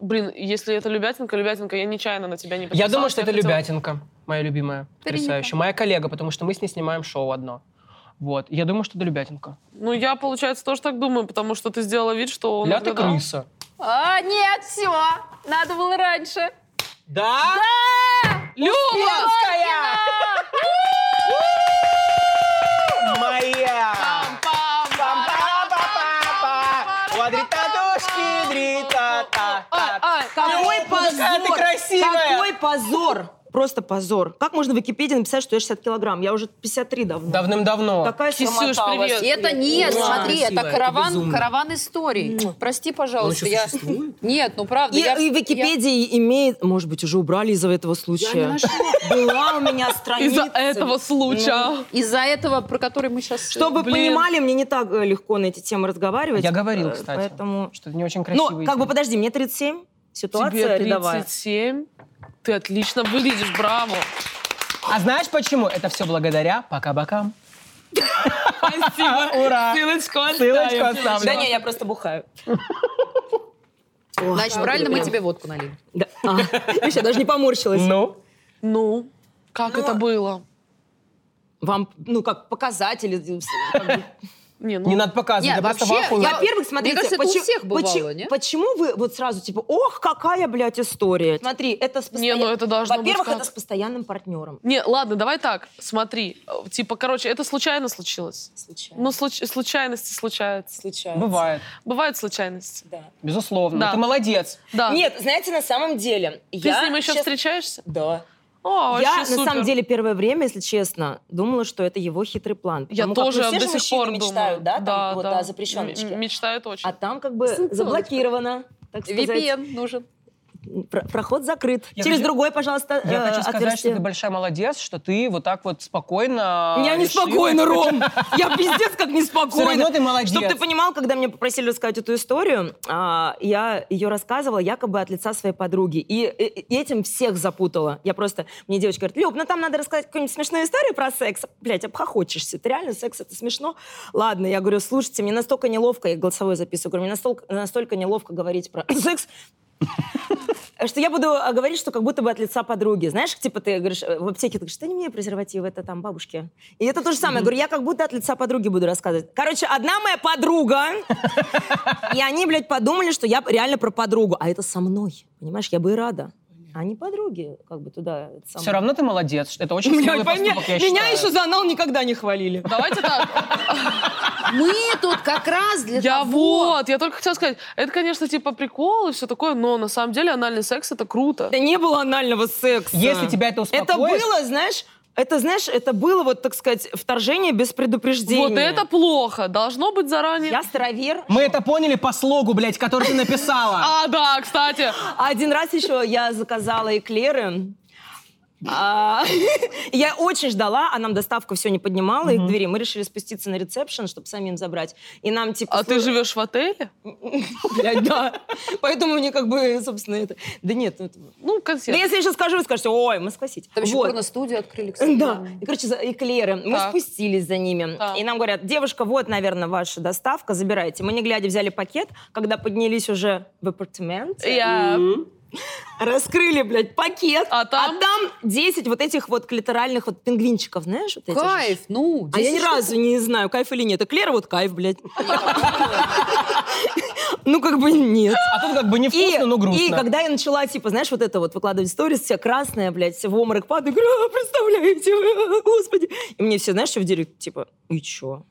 A: Блин, если это Любятинка, Любятинка, я нечаянно на тебя не
B: Я
A: подписалась.
B: думаю, что это
A: хотела-
B: Любятинка, моя любимая,
C: Принято.
B: потрясающая. Моя коллега, потому что мы с ней снимаем шоу одно. Вот. Я думаю, что это Любятинка.
A: Ну, я, получается, тоже так думаю, потому что ты сделала вид, что он
B: Ля ты
A: отгадал.
B: крыса.
C: А, нет, все. Надо было раньше.
B: Да? Моя! Квадритатушки,
C: А,
D: Какой
C: ну,
B: Ой,
D: позор!
B: какая ты красивая!
D: Какой позор! Просто позор. Как можно в Википедии написать, что я 60 килограмм? Я уже 53 давно.
B: Давным-давно.
D: Какая
A: Кисюш,
D: срамота у вас.
A: привет.
C: Это нет,
D: Ура.
C: смотри,
B: Красиво,
C: это
B: это
C: караван,
B: безумно. Ну,
C: караван историй.
D: Муа.
C: Прости, пожалуйста,
B: Он
C: я...
B: еще существует?
C: Нет, ну правда,
D: И,
C: я...
D: и Википедия имеет, может быть, уже убрали из-за этого случая.
C: Я не нашла.
D: Была у меня страница.
A: Из-за этого
D: Ну,
A: случая.
C: Из-за этого, про который мы э, сейчас...
D: Чтобы
A: Блин.
D: понимали, мне не так э, легко на эти темы разговаривать.
B: Я говорил,
D: Э,
B: кстати.
D: Поэтому...
B: Что-то не очень красиво.
D: Ну, как бы, подожди, мне 37, ситуация
A: Тебе
D: рядовая.
A: 37. Ты отлично выглядишь, браво.
B: А знаешь почему? Это все благодаря пока-бокам. Ура!
A: Ссылочку
B: Ссылочку
A: оставим.
B: оставлю.
D: Да не, я просто бухаю. Ох,
C: Значит,
D: вот
C: правильно
D: это
C: мы
D: прям.
C: тебе водку налили.
D: Да. А, видишь, я даже не поморщилась.
B: Ну?
A: Ну, как
D: Ну,
A: это было?
D: Вам, ну, как показатели. э, с- как бы.
A: Не, ну,
B: Не надо показывать,
C: Не,
B: я просто в
C: вообще,
B: ахуе.
C: я-
D: Во-первых, смотрите,
C: Мне кажется, это у
D: почему-
C: всех бывало,
D: почему-
C: не?
D: почему вы вот сразу типа, ох, какая, блядь, история? Смотри, это с
A: не,
D: постоян-
A: ну это должно быть
D: Во-первых,
A: как-
D: это с постоянным партнером.
A: Не, ладно, давай так, смотри. э, Типа, короче, это случайно случилось.
D: Случайно.
A: Ну, случ- случайности случаются.
D: случайно.
B: Бывает,
A: Бывают случайности.
D: Да.
B: безусловно.
A: Да.
B: Ты молодец.
A: Да.
D: Нет, знаете, на самом деле...
A: Ты
D: я
A: с ним еще
D: щас-
A: встречаешься?
D: Да.
A: О, вообще
D: я, на
A: супер.
D: самом деле, первое время, если честно, думала, что это его хитрый план.
A: я
D: Потому как, ну,
A: тоже
D: все
A: до
D: же
A: сих
D: мужчины
A: пор
D: мечтают,
A: думаю. М-м-м.
D: да, там, вот о запрещеночке.
A: М- Мечтают очень.
D: А там как бы
C: Санкционочка.
D: заблокировано, так сказать.
C: VPN нужен.
D: Про- Проход закрыт.
B: Я
D: Через
B: хочу-
D: другой, пожалуйста,
B: Я
D: э,
B: хочу сказать,
D: отверстие.
B: что ты большая молодец, что ты вот так вот спокойно...
D: Я не спокойна, Ром! Я пиздец
B: Все
D: как
B: А, равно
D: неспокойна.
B: ты молодец.
D: Чтобы ты понимал, когда меня попросили рассказать эту историю, а, я ее рассказывала якобы от лица своей подруги. И, э, э, этим всех запутала. Я просто... Мне девочка говорит, Люб, ну там надо рассказать какую-нибудь смешную историю про секс. Блядь, обхохочешься. Ты реально секс, это смешно? Ладно, я говорю, слушайте, мне настолько неловко, я голосовой записываю, говорю, мне настолько, настолько неловко говорить про секс, что я буду а, говорить, что как будто бы от лица подруги. Знаешь, типа ты говоришь э, в аптеке, ты говоришь, да не мне презервативы, это там бабушки. И это то же самое. Я говорю, я как будто от лица подруги буду рассказывать. Короче, одна моя подруга, и они, блядь, подумали, что я реально про подругу. А это со мной, понимаешь, я бы и рада. А не подруги, как бы туда. это самое.
B: Все равно ты молодец. Это очень
D: Меня,
B: смелый поступок, я
D: меня
B: считаю.
D: еще за анал никогда не хвалили.
A: Давайте так.
C: Мы тут как раз для
A: Я
C: того...
A: вот, я только хотела сказать, это, конечно, типа прикол и все такое, но на самом деле анальный секс это круто.
D: Да не было анального секса.
B: Если тебя это успокоит...
D: Это было, знаешь, это, знаешь, это было, вот, так сказать, вторжение без предупреждения.
A: Вот это плохо, должно быть заранее.
D: Я старовер.
B: Мы это поняли по слогу, блядь, который ты написала.
A: А, да, кстати.
D: А один раз еще я заказала эклеры. А, я очень ждала, а нам доставка все не поднимала их к двери. Мы решили спуститься на ресепшн, чтобы самим забрать. И нам типа...
A: А ты
D: слу-
A: живешь в отеле?
D: Блядь, да. Поэтому мне как бы, собственно, это... Да нет. ну, это-
A: Ну,
D: Да
A: консерв.
D: если я сейчас скажу, вы скажете, ой, мы скосить.
C: Там еще
D: Вот.
C: порно-студию открыли, кстати.
D: Да, и, короче, за- эклеры. Мы
A: Так.
D: спустились за ними.
A: Так.
D: И нам говорят, девушка, вот, наверное, ваша доставка, забирайте. Мы, не глядя, взяли пакет. Когда поднялись уже в апартамент,
A: Я...
D: раскрыли, блядь, пакет.
A: А там?
D: 10 вот этих вот клиторальных вот пингвинчиков, знаешь? Вот этих же.
C: Кайф, ну,
D: А я ни
C: здесь
D: разу не знаю, кайф или нет. Эклер вот кайф, блядь. Ну, как бы нет.
B: А тут как бы
D: И,
B: невкусно, но
D: и
B: грустно.
D: когда я начала, типа, знаешь, вот это вот выкладывать в сторис, вся красная, блядь, вся в обморок падаю, говорю, «А, представляете, а, господи. И мне все, знаешь, что в директ, типа, и чё?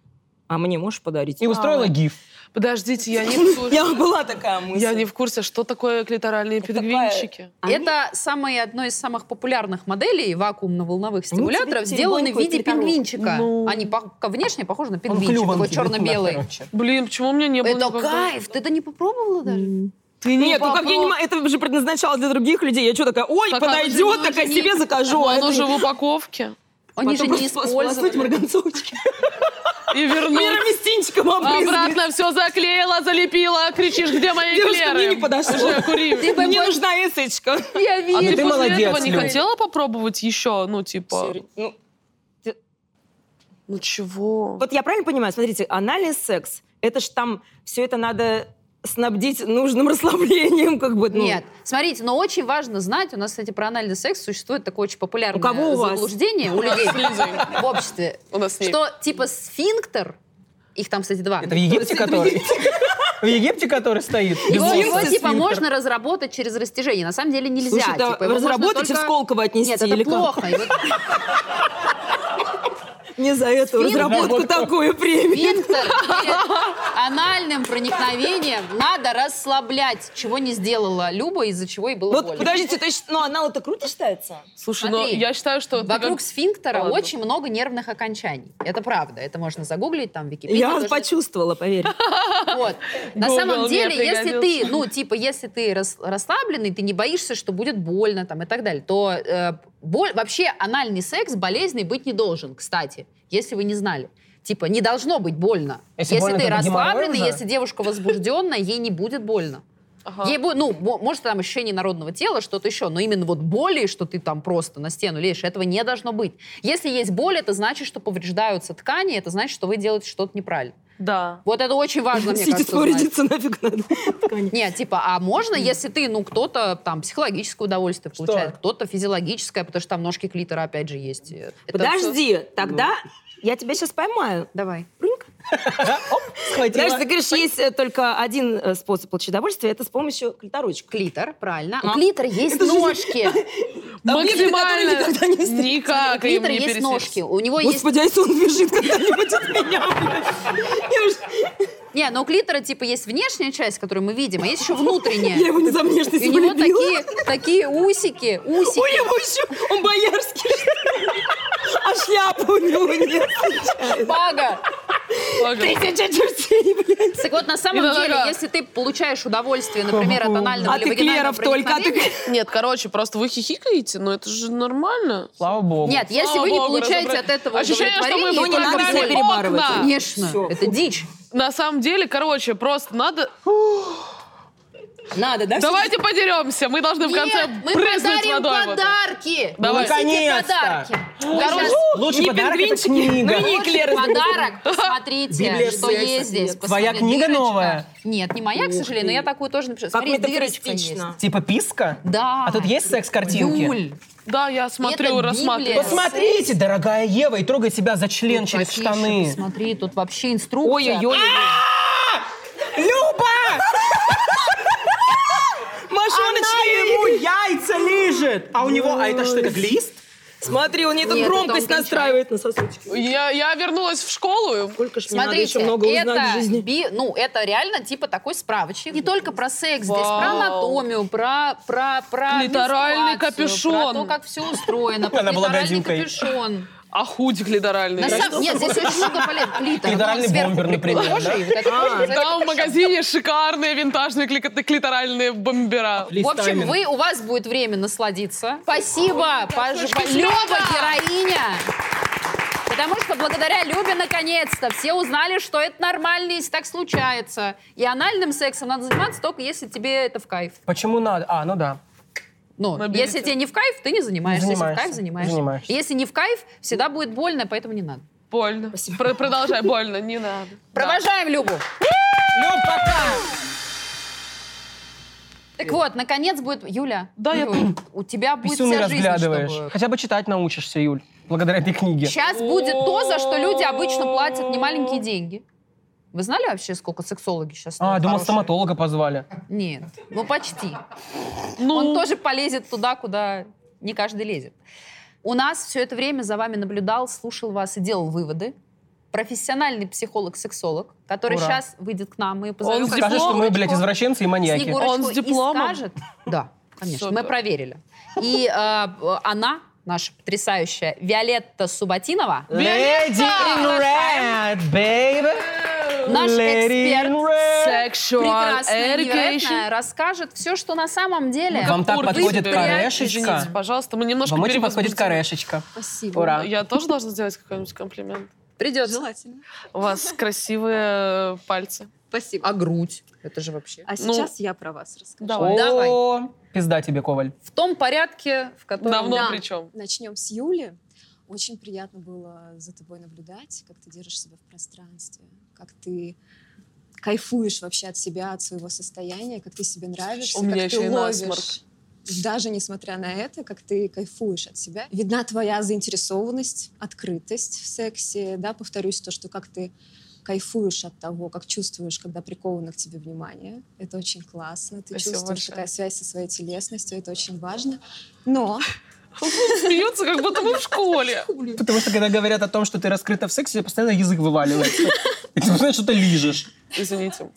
D: А мне можешь подарить?
B: И устроила
D: А,
B: гиф.
A: Подождите, я не в курсе.
D: Я была такая мысль. А
A: Я не в курсе, что такое клиторальные
D: Это такая-
A: пингвинчики.
D: Они-
C: Это самое одно из самых популярных моделей вакуумно-волновых
D: Они тебе
C: стимуляторов, сделаны в
D: теребонькают
C: виде
D: клиторок.
C: пингвинчика.
A: Ну.
C: Они пох- внешне похожи на
B: Он
C: пингвинчик,
B: клювом
C: такой
B: тебе туда,
C: черно-белый.
B: короче.
A: Блин, почему у меня не было
C: Это
A: никогда?
C: кайф! Ты это не попробовала даже?
D: М.
A: Ты
D: Нет, ну как я не
A: попробуй.
D: ма- это же предназначалось для других людей. Я что такая, ой,
A: Так оно же
D: подойдет,
A: не
D: такая
A: нужно.
D: себе закажу.
A: Ну,
D: а
A: Оно
D: это-
A: же в упаковке.
C: Они же
D: Потом
C: не
D: просто сполоснуть
C: использовали.
D: марганцовочки.
A: И вернуть.
D: Мироместинчиком обрызгать.
A: Обратно все заклеила, залепила, кричишь, где мои
D: Девушка, мне не
A: эклеры?
D: подошло.
A: Уже кури.
C: Ты бы
D: Мне
C: мой-
D: нужна эсочка.
C: Я
A: А
B: Ну,
A: ты,
B: ты
C: вижу.
A: после
B: молодец,
A: этого не
B: Люд.
A: хотела попробовать еще? Ну, типа...
D: Ну,
A: Ну, чего?
D: Вот я правильно понимаю? Смотрите, анальный секс, это ж там все это надо снабдить нужным расслаблением, как бы. ну.
C: Нет, смотрите, но очень важно знать, у нас, кстати, про анальный секс существует такое очень популярное
D: У кого у вас?
C: заблуждение у людей в обществе,
A: У нас с ней.
C: что типа сфинктер, их там, кстати, два,
B: Это в Египте который? В Египте который стоит?
C: Его,
B: Безумный
C: его, типа
B: сфинктер.
C: можно разработать через растяжение. На самом деле нельзя.
D: Слушай, это
C: типа, его можно
D: разработать и
C: только-
D: в Сколково отнести
C: Нет,
D: или
C: это
D: как?
C: плохо. Его-
D: Не за эту
C: Сфинктер.
D: разработку такую премию.
C: Сфинктер перед анальным проникновением надо расслаблять, чего не сделала Люба, из-за чего и было
D: Вот,
C: больно.
D: подождите, то есть, ну, анал это круто считается?
A: Слушай, ну,
C: смотри.
A: я считаю, что... ты
C: Вокруг
A: как-
C: сфинктера
A: Ладно.
C: очень много нервных окончаний. Это правда. Это можно загуглить, там, в Википедии.
D: Я
C: тоже-
D: почувствовала, поверь.
C: Вот. На
A: Google
C: самом
A: мне
C: деле, если ты,
A: пригодился.
C: ну, типа, если ты рас- расслабленный, ты не боишься, что будет больно там и так далее, то э, боль... вообще анальный секс болезненный быть не должен, кстати, если вы не знали. Типа, не должно быть больно.
B: Если
C: Если,
B: больно,
C: ты
B: то это геморрой
C: расслабленный,
B: уже?
C: если девушка возбужденная, ей не будет больно.
A: Ага.
C: Ей будет, ну, мо- может, там ощущение народного тела, что-то еще, но именно вот боли, что ты там просто на стену лезешь, этого не должно быть. Если есть боль, это значит, что повреждаются ткани, это значит, что вы делаете что-то неправильно.
A: Да.
C: Вот это очень важно, мне
D: Сидит,
C: кажется, знать.
D: повредиться нафиг надо. Ткани.
C: Нет, типа, а можно, если ты, ну, кто-то там психологическое удовольствие
B: Что?
C: получает, кто-то физиологическое, потому что там ножки клитора опять же есть. Это всё-
D: Подожди, тогда я тебя сейчас поймаю.
C: Давай.
B: Схватила.
D: Знаешь, ты говоришь, есть э, только один э, способ получить удовольствие, это с помощью клиторочек.
C: Клитор, правильно.
D: А?
C: У клитора есть
D: Это же-
C: ножки.
A: Максимально.
D: Объекты, которые никогда не встретятся.
C: У
A: Никак. им
C: клитора
A: не
C: есть
A: пересечь.
C: ножки. У него Ну, есть...
D: Господи, а если он бежит когда-нибудь от меня? блядь? Я уж-
C: Не, но у клитора, типа, есть внешняя часть, которую мы видим, а есть еще
D: Я
C: внутренняя.
D: его не за внешность
C: И у него
D: полюбила.
C: такие, такие усики, усики.
D: Ой, его еще, он боярский. что ли? А шляпы у него нет.
C: Пага.
A: Ага.
D: Тысяча чертей, блядь.
C: Так вот, на самом
A: И
C: деле,
A: дорога.
C: если ты получаешь удовольствие, например, от анального
D: А
C: или
D: ты
C: вагинального
D: клеров только, а ты...
C: проникновения,
A: Нет, короче, просто вы хихикаете, но это же нормально.
B: Слава богу.
C: Нет, если вы не
A: Слава богу,
C: получаете
A: разобрать.
C: от этого
A: Ощущение, что мы
C: удовлетворения,
D: его не надо
A: проиграли
D: себя перебарывать.
A: окна.
C: Конечно,
D: Всё,
C: это
D: фу.
C: дичь.
A: На самом деле, короче, просто надо...
D: Надо, да?
A: Давайте подеремся, мы должны в конце
C: Нет, мы
A: брызнуть
C: подарим
A: водой. вот так.
C: подарки.
A: Давай.
C: Несите
B: Ну, Наконец-то.
C: подарки. Короче,
B: Лучший
D: не
B: подарок это
D: пингвинчики,
B: книга.
D: ну и не эклеры.
C: подарок.
B: Библия
C: Посмотрите, что
B: секса.
C: есть здесь.
B: Твоя
C: Посмотрите,
B: книга
C: дырочка.
B: новая?
C: Нет, не моя, к сожалению, но я такую тоже напишу.
D: Как
C: Смотри, дырочка есть.
D: метафористично.
B: Типа писка?
C: Да.
B: А тут есть секс-картинки?
C: Юль.
A: Да, я смотрю,
C: Библия.
A: рассматриваю.
B: Посмотрите, дорогая Ева, и трогай себя за член
C: Тут
B: через
C: потише,
B: штаны.
C: Смотри, тут вообще инструкция.
D: Ой-ой-ой.
B: Люба! Она ему
D: Машоночки!
B: яйца лижет! А у него, а это что, это глист?
D: Смотри, он ей тут
C: Нет, это он
D: громкость
C: кончает.
D: настраивает на сосочке.
A: Я, я вернулась в школу. и-
D: Сколько ж мне надо
C: Смотрите,
D: еще много узнать в
C: это,
D: жизни.
C: би- ну, это реально типа такой справочник. Не только про секс здесь,
A: Вау.
C: про анатомию, про, про, про
A: Клиторальный
C: менструацию,
A: капюшон.
C: Про то, как все устроено, про
B: Она была
C: клиторальный
B: гадюкой.
C: капюшон.
A: А худ глидоральный.
C: На самом- Нет, здесь очень много полет. Клитор.
B: Клиторальный
C: Он сверху
B: бомбер, например,
C: прикожий,
B: да?
C: и вот это
D: А,
C: вот это
A: Там в
C: капюшон.
A: магазине шикарные винтажные кли- клиторальные бомбера.
C: В общем, вы, у вас будет время насладиться. Спасибо, Люба, героиня. Потому что благодаря Любе наконец-то все узнали, что это нормально, если так случается. И анальным сексом надо заниматься только если тебе это в кайф.
B: Почему надо? А, ну да.
C: Ну,
A: Наберите.
C: если тебе не в кайф, ты не занимаешься. Если в кайф,
B: Занимаешься.
C: занимаешься.
B: Занимаешься.
C: Если не в кайф, всегда будет больно, поэтому не надо.
A: Больно. Пр- Продолжай, больно, не надо.
C: Провожаем Любу.
B: Люб, пока!
C: Так вот, наконец будет... Юля,
A: Да, я-
C: Юль, у тебя будет
B: Писюны
C: вся жизнь,
B: разглядываешь.
C: чтобы...
B: Хотя бы читать научишься, Юль, благодаря этой книге.
C: Сейчас будет то, за что люди обычно платят немаленькие деньги. Вы знали вообще, сколько сексологи
B: А,
C: сейчас стоят
B: думал,
C: хорошие?
B: стоматолога позвали.
C: Нет, ну почти.
A: Ну,
C: Он тоже полезет туда, куда не каждый лезет. У нас все это время за вами наблюдал, слушал вас и делал выводы. Профессиональный психолог-сексолог, который
B: Ура.
C: сейчас выйдет к нам и позовет.
A: с
C: Ну, как
B: Скажи, что мы,
C: Снегурочку.
B: блядь, извращенцы и маньяки.
C: Снегурочку
A: Он с
C: и
A: дипломом?
C: скажет- Да, конечно,
A: Супер.
C: мы проверили. И э, э, она, наша потрясающая Виолетта Субатинова,
B: Lady in red, baby.
C: Наш
B: Lady in
C: эксперт
B: Red.
A: Sexual
C: прекрасная,
A: education.
C: невероятная, расскажет все, что на самом деле.
B: Вам так
A: Куры,
B: подходит
A: вы прячетесь,
B: корешечка?
A: извините, Пожалуйста, мы немножко
B: Вам очень подходит
A: перевозбудили.
B: корешечка.
C: Спасибо.
B: Ура.
A: Я тоже должна сделать какой-нибудь комплимент.
C: Придется.
E: Желательно.
A: У вас красивые э, пальцы.
E: Спасибо.
C: А грудь? Это же вообще.
E: А
A: ну,
E: сейчас я про вас расскажу.
A: да.
B: О,
C: Давай.
B: Пизда тебе, Коваль.
C: В том порядке, в котором...
A: Давно
E: да.
A: причем.
E: Начнем с Юли. Очень приятно было за тобой наблюдать, как ты держишь себя в пространстве, как ты кайфуешь вообще от себя, от своего состояния, как ты себе нравишься,
A: У меня
E: как ты
A: еще и
E: ловишь.
A: насморк.
E: Даже несмотря на это, как ты кайфуешь от себя, видна твоя заинтересованность, открытость в сексе, да, повторюсь, то, что как ты кайфуешь от того, как чувствуешь, когда приковано к тебе внимание. Это очень классно. Ты
A: Спасибо
E: чувствуешь
A: большое.
E: такая связь со своей телесностью, это очень важно. Но
A: Смеются, как будто мы в школе.
B: Потому что когда говорят о том, что ты раскрыта в сексе, постоянно язык вываливается. И ты знаешь, что ты лижешь.
A: Извините.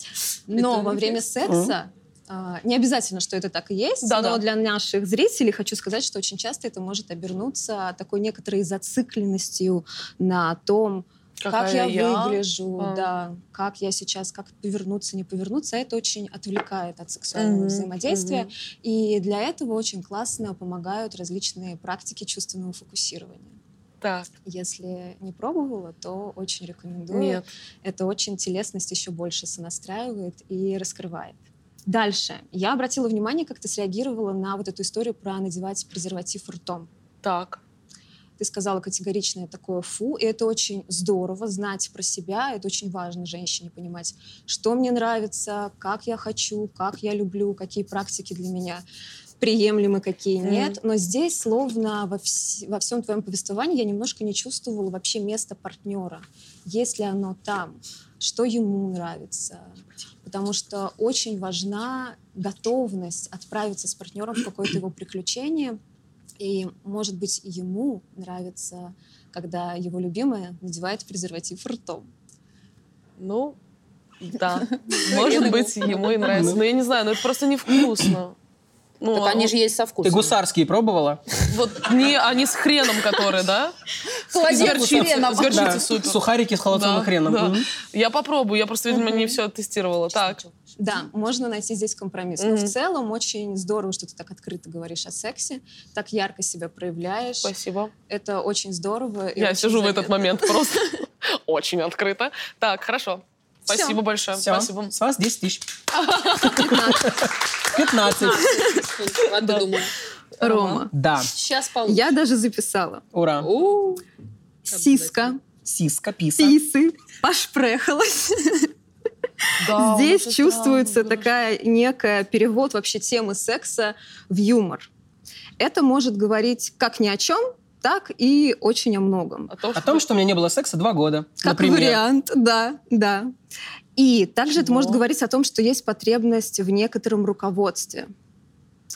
E: Но
C: Это
E: во
C: не
E: время секса а, не обязательно, что это так и есть,
A: Да-да.
E: но для наших зрителей хочу сказать, что очень часто это может обернуться такой некоторой зацикленностью на том, как я,
A: Какая
E: выгляжу,
A: А.
E: да, как я сейчас, как повернуться, не повернуться, это очень отвлекает от сексуального
A: Мгм,
E: взаимодействия.
A: мгм.
E: И для этого очень классно помогают различные практики чувственного фокусирования.
A: Так,
E: Если не пробовала, то очень рекомендую
A: нет.
E: это очень телесность еще больше сонастраивает и раскрывает. Дальше. Я обратила внимание, как ты среагировала на вот эту историю про надевать презерватив ртом.
A: Так.
E: Ты сказала категоричное такое «фу», и это очень здорово знать про себя, это очень важно женщине понимать, что мне нравится, как я хочу, как я люблю, какие практики для меня приемлемы, какие
A: Мгм.
E: нет. Но здесь словно во, вс- во всем твоем повествовании я немножко не чувствовала вообще места партнера. Есть ли оно там? Что ему нравится? Потому что очень важна готовность отправиться с партнером в какое-то его приключение. И, может быть, и ему нравится, когда его любимая надевает презерватив ртом.
A: Ну, да. Может быть, ему и нравится. Но я не знаю, но это просто невкусно. Ну,
C: Так они же есть со
B: Ты
C: вкусом.
B: гусарские пробовала?
A: Вот не, они с хреном, которые, да?
C: Холодец
A: С горчицей,
C: хреном.
A: с горчицей
B: Да.
A: супер.
B: Сухарики с холодцовым
A: Да,
B: хреном.
A: да.
B: М.
A: Я попробую, я просто, видимо, не все тестировала. Так,
E: Да, можно найти здесь компромисс. Но
A: Мгм.
E: в целом очень здорово, что ты так открыто говоришь о сексе, так ярко себя проявляешь.
A: спасибо.
E: Это очень здорово. и
A: Я
E: очень
A: сижу в этот
E: заметно.
A: момент просто очень открыто. Так, хорошо.
E: Всё.
A: Спасибо большое.
B: Всё.
A: Спасибо.
B: С вас 10 тысяч. 15.
C: А ты думала?
E: Рома,
B: Да,
C: Сейчас получится.
E: я даже записала.
B: ура.
C: У,
E: Сиска,
B: Сиска, писа.
E: писы, пошпрехалась. Здесь чувствуется такая некая перевод вообще темы секса в юмор. Это может говорить как ни о чем, так и очень о многом.
A: О том,
B: О
A: А что-
B: том, А что у меня не было секса два года,
E: Как
B: например.
E: вариант, да, да. И также это
A: Чего?
E: может говорить о том, что есть потребность в некотором руководстве.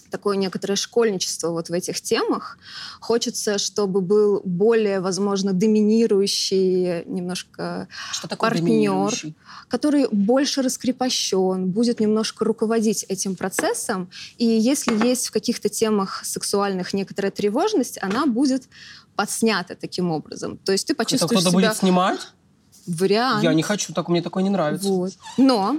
E: Такое некоторое школьничество вот в этих темах. Хочется, чтобы был более, возможно, доминирующий немножко,
B: Что такое
E: партнер.
B: доминирующий?
E: который больше раскрепощен, будет немножко руководить этим процессом. И если есть в каких-то темах сексуальных некоторая тревожность, она будет подснята таким образом. То есть ты
B: Это
E: почувствуешь
B: кто-то
E: себя
B: будет снимать?
C: А,
E: вариант.
B: Я не хочу, так мне такое не нравится.
E: Вот. Но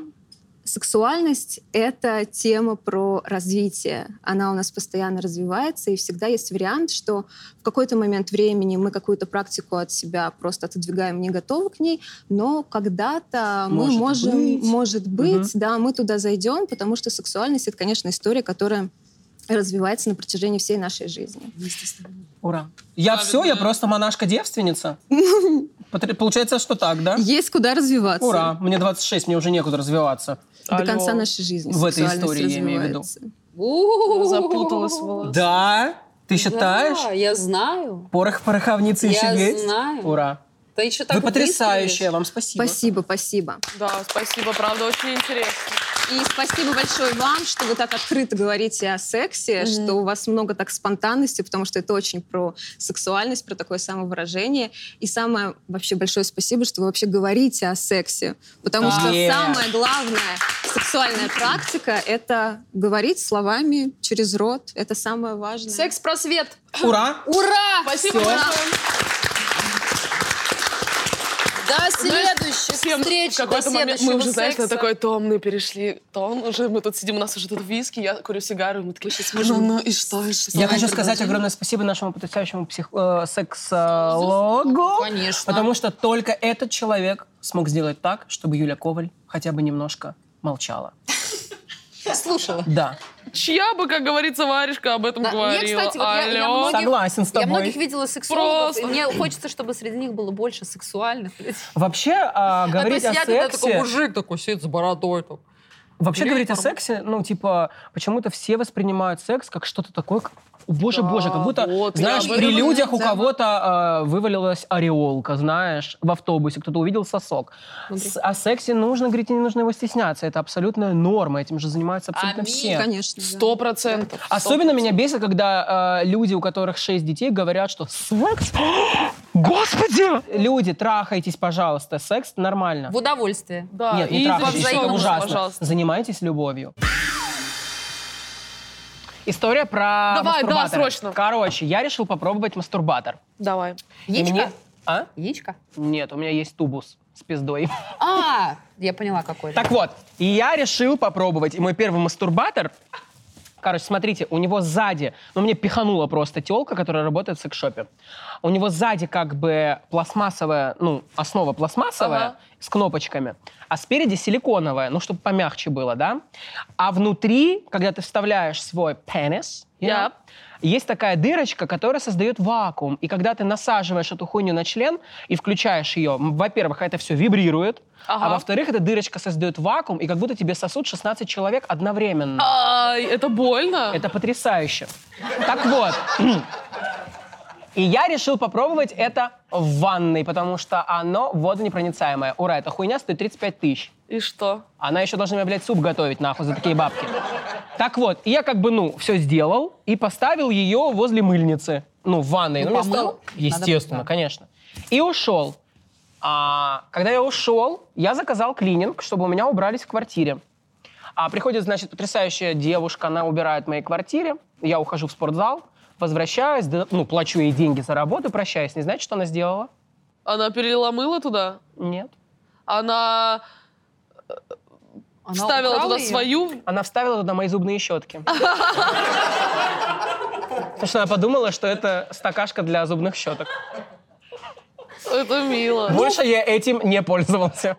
E: сексуальность — это тема про развитие. Она у нас постоянно развивается, и всегда есть вариант, что в какой-то момент времени мы какую-то практику от себя просто отодвигаем, не готовы к ней, но когда-то мы
B: Может
E: можем...
B: быть.
E: Может быть, да, мы туда зайдем, потому что сексуальность — это, конечно, история, которая развивается на протяжении всей нашей жизни.
B: Ура. Я
A: Правильно.
B: все, я просто монашка-девственница? Потр- Получается, что так, да?
E: Есть куда развиваться.
B: Ура, мне 26, мне уже некуда развиваться.
E: До
A: Алло.
E: конца нашей жизни
B: В этой
E: сексуальность
B: истории я имею в виду.
E: развивается.
C: у.
A: Запуталась волос.
B: Да? Ты считаешь?
C: Да, я знаю.
B: Порох в пороховнице еще
C: Я
B: есть?
C: знаю.
B: Ура.
C: Ты еще так
B: Вы потрясающая, вам спасибо.
E: Спасибо, спасибо.
A: Да, спасибо, правда, очень интересно.
E: И спасибо большое вам, что вы так открыто говорите о сексе, что у вас много так спонтанности, потому что это очень про сексуальность, про такое самовыражение. И самое вообще большое спасибо, что вы вообще говорите о сексе. Потому
B: Да.
E: что
B: Yeah.
E: самая главная сексуальная практика — это говорить словами через рот. Это самое важное.
C: Секс-просвет.
B: Ура.
C: Ура!
A: Спасибо
B: Всё.
A: большое.
C: До следующих
A: Всем
C: встреч,
A: в
C: до
A: какой-то момент мы
C: следующего
A: уже, знаешь, на
C: секса.
A: такой томный перешли тон. Уже мы тут сидим, у нас уже тут виски, я курю сигару, и мы такие, сейчас можем. Ну, ну и что? и что?
B: Я хочу сказать огромное спасибо нашему потрясающему псих... э, сексологу,
C: Конечно.
B: потому что только этот человек смог сделать так, чтобы Юля Коваль хотя бы немножко молчала.
C: слушала.
B: Да,
A: Чья бы, как говорится, варежка об этом
C: Да, мне,
A: говорила?
C: кстати, вот я- я
A: Алло.
C: многих-
B: согласен с
C: Я
B: тобой.
C: многих видела сексологов, и
A: Просто.
C: мне хочется, чтобы среди них было больше сексуальных. людей.
B: Вообще а,
C: А то
B: говорить о
C: сидят, и да, такой
B: сексе,
C: мужик такой сидит с бородой. так.
B: вообще
C: Блин,
B: говорить о
C: норм.
B: сексе, ну типа почему-то все воспринимают секс как что-то такое, как о, боже,
A: Да,
B: боже, как будто,
A: вот, я
B: знаешь,
A: об
B: при
A: этом
B: людях у
A: говорю, да.
B: кого-то а, вывалилась ореолка, знаешь, в автобусе кто-то увидел сосок.
A: Смотри.
B: С- о сексе нужно говорить, и не нужно его стесняться, это абсолютная норма, этим же занимаются абсолютно
C: Аминь,
B: все.
E: Конечно. да.
A: Сто процентов. сто
B: Особенно
A: процентов.
B: меня бесит, когда э, люди, у которых шесть детей, говорят, что секс... Господи! Люди, трахайтесь, пожалуйста, секс нормально.
C: В удовольствие.
A: Да,
B: Нет, не
A: и
B: трахайтесь,
A: взаимно,
B: это
C: взаимному,
B: ужасно.
A: Пожалуйста.
B: Занимайтесь любовью. История про
A: Давай, да,
B: мастурбатора.
A: срочно.
B: Короче, я решил попробовать мастурбатор.
A: Давай.
B: И
C: Яичко?
B: мне- А?
C: Яичко?
B: Нет, у меня есть тубус с пиздой.
C: А, я поняла, какой.
B: Так вот, и я решил попробовать. И мой первый мастурбатор... Короче, смотрите, у него сзади... Ну, мне пиханула просто телка, которая работает в секшопе. У него сзади как бы пластмассовая, ну, основа пластмассовая
A: Ага.
B: с кнопочками, а спереди силиконовая, ну, чтобы помягче было, да? А внутри, когда ты вставляешь свой пенис, you know,
A: Yep.
B: есть такая дырочка, которая создает вакуум. И когда ты насаживаешь эту хуйню на член и включаешь ее, м, во-первых, это все вибрирует, а
A: Ага.
B: во-вторых, эта дырочка создает вакуум, и как будто тебе сосут 16 человек одновременно.
A: Ай, это больно.
B: Это потрясающе. Так вот. И я решил попробовать это в ванной, потому что оно водонепроницаемое. Ура, эта хуйня стоит 35 тысяч.
A: И что?
B: Она еще должна меня, блядь, суп готовить, нахуй, за такие бабки. Так вот, и я как бы, ну, все сделал и поставил ее возле мыльницы, ну, в ванной.
C: Ну,
B: мне
C: помыл?
B: стало-
C: Надо-
B: Естественно,
C: да.
B: конечно. И ушел. А, когда я ушел, я заказал клининг, чтобы у меня убрались в квартире. А приходит, значит, потрясающая девушка, она убирает в моей квартире, я ухожу в спортзал, возвращаюсь, да- ну, плачу ей деньги за работу, прощаюсь. Не знаете, что она сделала?
A: Она перелила мыло туда?
B: Нет.
A: Она,
C: Она
A: вставила
C: украла
A: туда
C: её?
A: свою...
B: Она вставила туда мои зубные щетки. Потому что она подумала, что это стакашка для зубных щеток.
A: Это мило.
B: Больше я этим не пользовался.